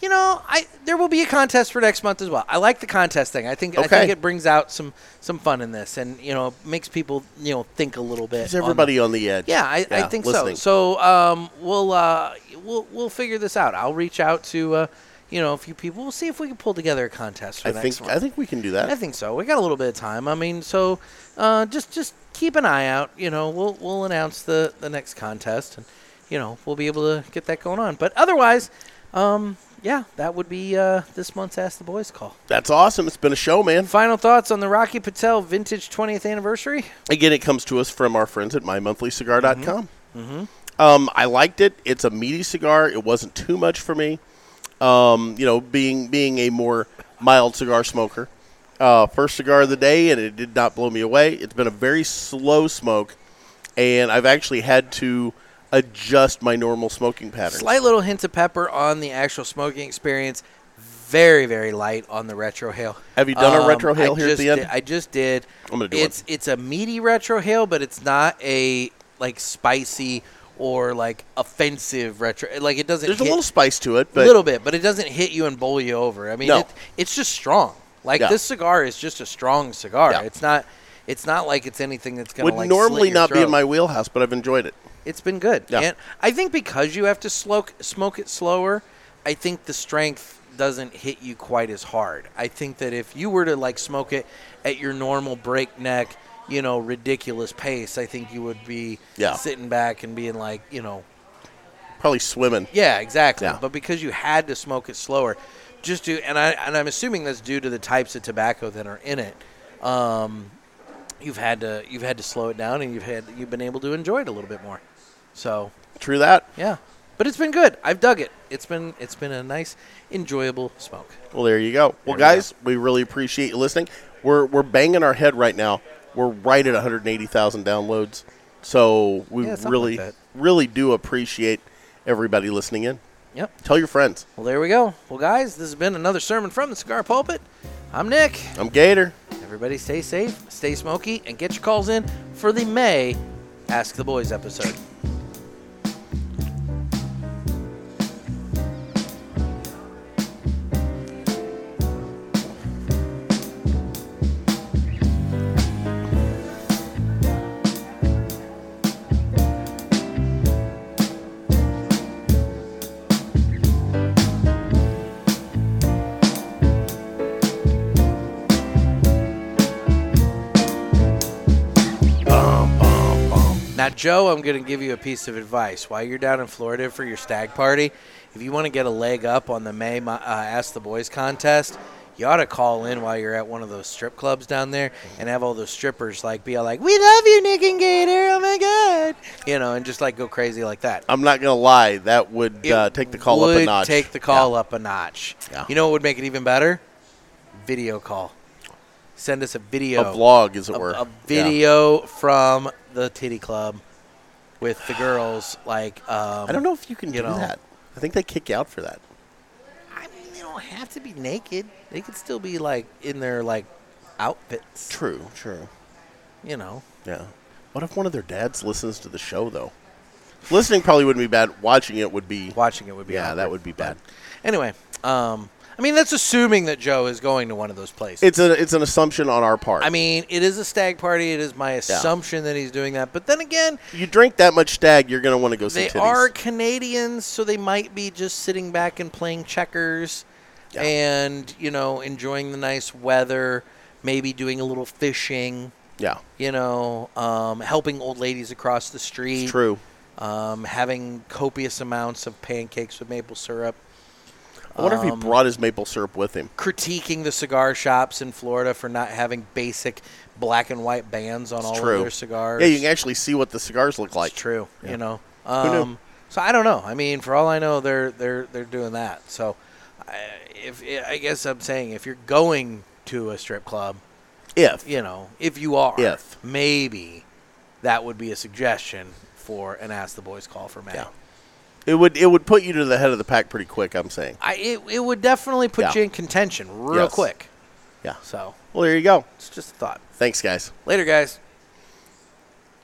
you know, I there will be a contest for next month as well. I like the contest thing. I think I Okay. think it brings out some some fun in this, and you know, makes people you know think a little bit. Is on the- everybody on the edge? yeah, I, I Yeah, think listening. so. So um, we'll uh, we'll we'll figure this out. I'll reach out to uh, you know a few people. We'll see if we can pull together a contest. For I next think month. I think we can do that. I think so. We got a little bit of time. I mean, so uh, just just keep an eye out. You know, we'll we'll announce the the next contest, and you know we'll be able to get that going on. But otherwise, um, yeah, that would be uh, this month's Ask the Boys call. That's awesome. It's been a show, man. Final thoughts on the Rocky Patel vintage 20th anniversary? Again, it comes to us from our friends at mymonthlycigar.com. Mm-hmm. Um, I liked it. It's a meaty cigar. It wasn't too much for me. Um, you know, being being a more mild cigar smoker. Uh, first cigar of the day, and it did not blow me away. It's been a very slow smoke, and I've actually had to adjust my normal smoking pattern. Slight little hint of pepper on the actual smoking experience. Very very light on the retro hail. Um, Have you done a retro hail I here at just the end? did- I just did. I'm gonna do it's it's a meaty retro hail, but it's not a like spicy or like offensive retro. Like it doesn't. There's a hit- little spice to it, but little bit, but it doesn't hit you and bowl you over. I mean, No. it, it's just strong. Like Yeah. this cigar is just a strong cigar. It's not. It's not like it's anything that's going would to like normally slit your not be in throat. my wheelhouse, but I've enjoyed it. It's been good. Yeah. And I think because you have to smoke smoke it slower, I think the strength doesn't hit you quite as hard. I think that if you were to like smoke it at your normal breakneck, you know, ridiculous pace, I think you would be Yeah. sitting back and being like, you know, Probably swimming. yeah, exactly. Yeah. But because you had to smoke it slower, just do, and I and I'm assuming that's due to the types of tobacco that are in it. Um, you've had to you've had to slow it down, and you've had you've been able to enjoy it a little bit more. So True that. yeah, but it's been good. I've dug it. It's been it's been a nice, enjoyable smoke. Well, there you go. There Well, we guys, we, really appreciate you listening. We're we're banging our head right now. We're right at 180,000 downloads, so we Yeah, something really like that. really do appreciate everybody listening in. Yep. Tell your friends. Well, there we go. Well, guys, this has been another sermon from the cigar pulpit. I'm Nick. I'm Gator. Everybody, stay safe, stay smoky, and get your calls in for the May Ask the Boys episode. Now, Joe, I'm going to give you a piece of advice. While you're down in Florida for your stag party, if you want to get a leg up on the May uh, Ask the Boys contest, you ought to call in while you're at one of those strip clubs down there and have all those strippers like be all like, "We love you, Nick and Gator. Oh my god!" You know, and just like go crazy like that. I'm not gonna lie. That would It uh, take the call would up a notch. Take the call up a notch. Yeah. You know what would make it even better? Video call. Send us a video. A vlog, as it A- were. A Yeah. video from the titty club with the girls. Like um, I don't know if you can do know, that. I think they kick you out for that. They don't have to be naked. They could still be like in their like outfits. True. True. You know. Yeah. What if one of their dads listens to the show though? Listening probably wouldn't be bad. Watching it would be. Watching it would be. Yeah, that would be bad. Anyway, um, I mean that's assuming that Joe is going to one of those places. It's a it's an assumption on our part. I mean, it is a stag party. It is my assumption that he's doing that. But then again, you drink that much stag, you're gonna want to go see they titties. are Canadians, so they might be just sitting back and playing checkers and, you know, enjoying the nice weather, maybe doing a little fishing, Yeah. you know, um, helping old ladies across the street. true. Um, having copious amounts of pancakes with maple syrup. I wonder if he Um, brought his maple syrup with him. critiquing the cigar shops in Florida for not having basic black and white bands on all true. of their cigars. Yeah, you can actually see what the cigars look like. true. Yeah. You know, Who knew? um, so I don't know. I mean, for all I know, they're they're they're doing that. So, I, if I guess I'm saying if you're going to a strip club, If. you know, if you are, If. maybe that would be a suggestion for an Ask the Boys call for Matt. Yeah. It would it would put you to the head of the pack pretty quick. I'm saying. I it, it would definitely put Yeah. you in contention real Yes. quick. Yeah. So Well, there you go. it's just a thought. Thanks, guys. Later, guys.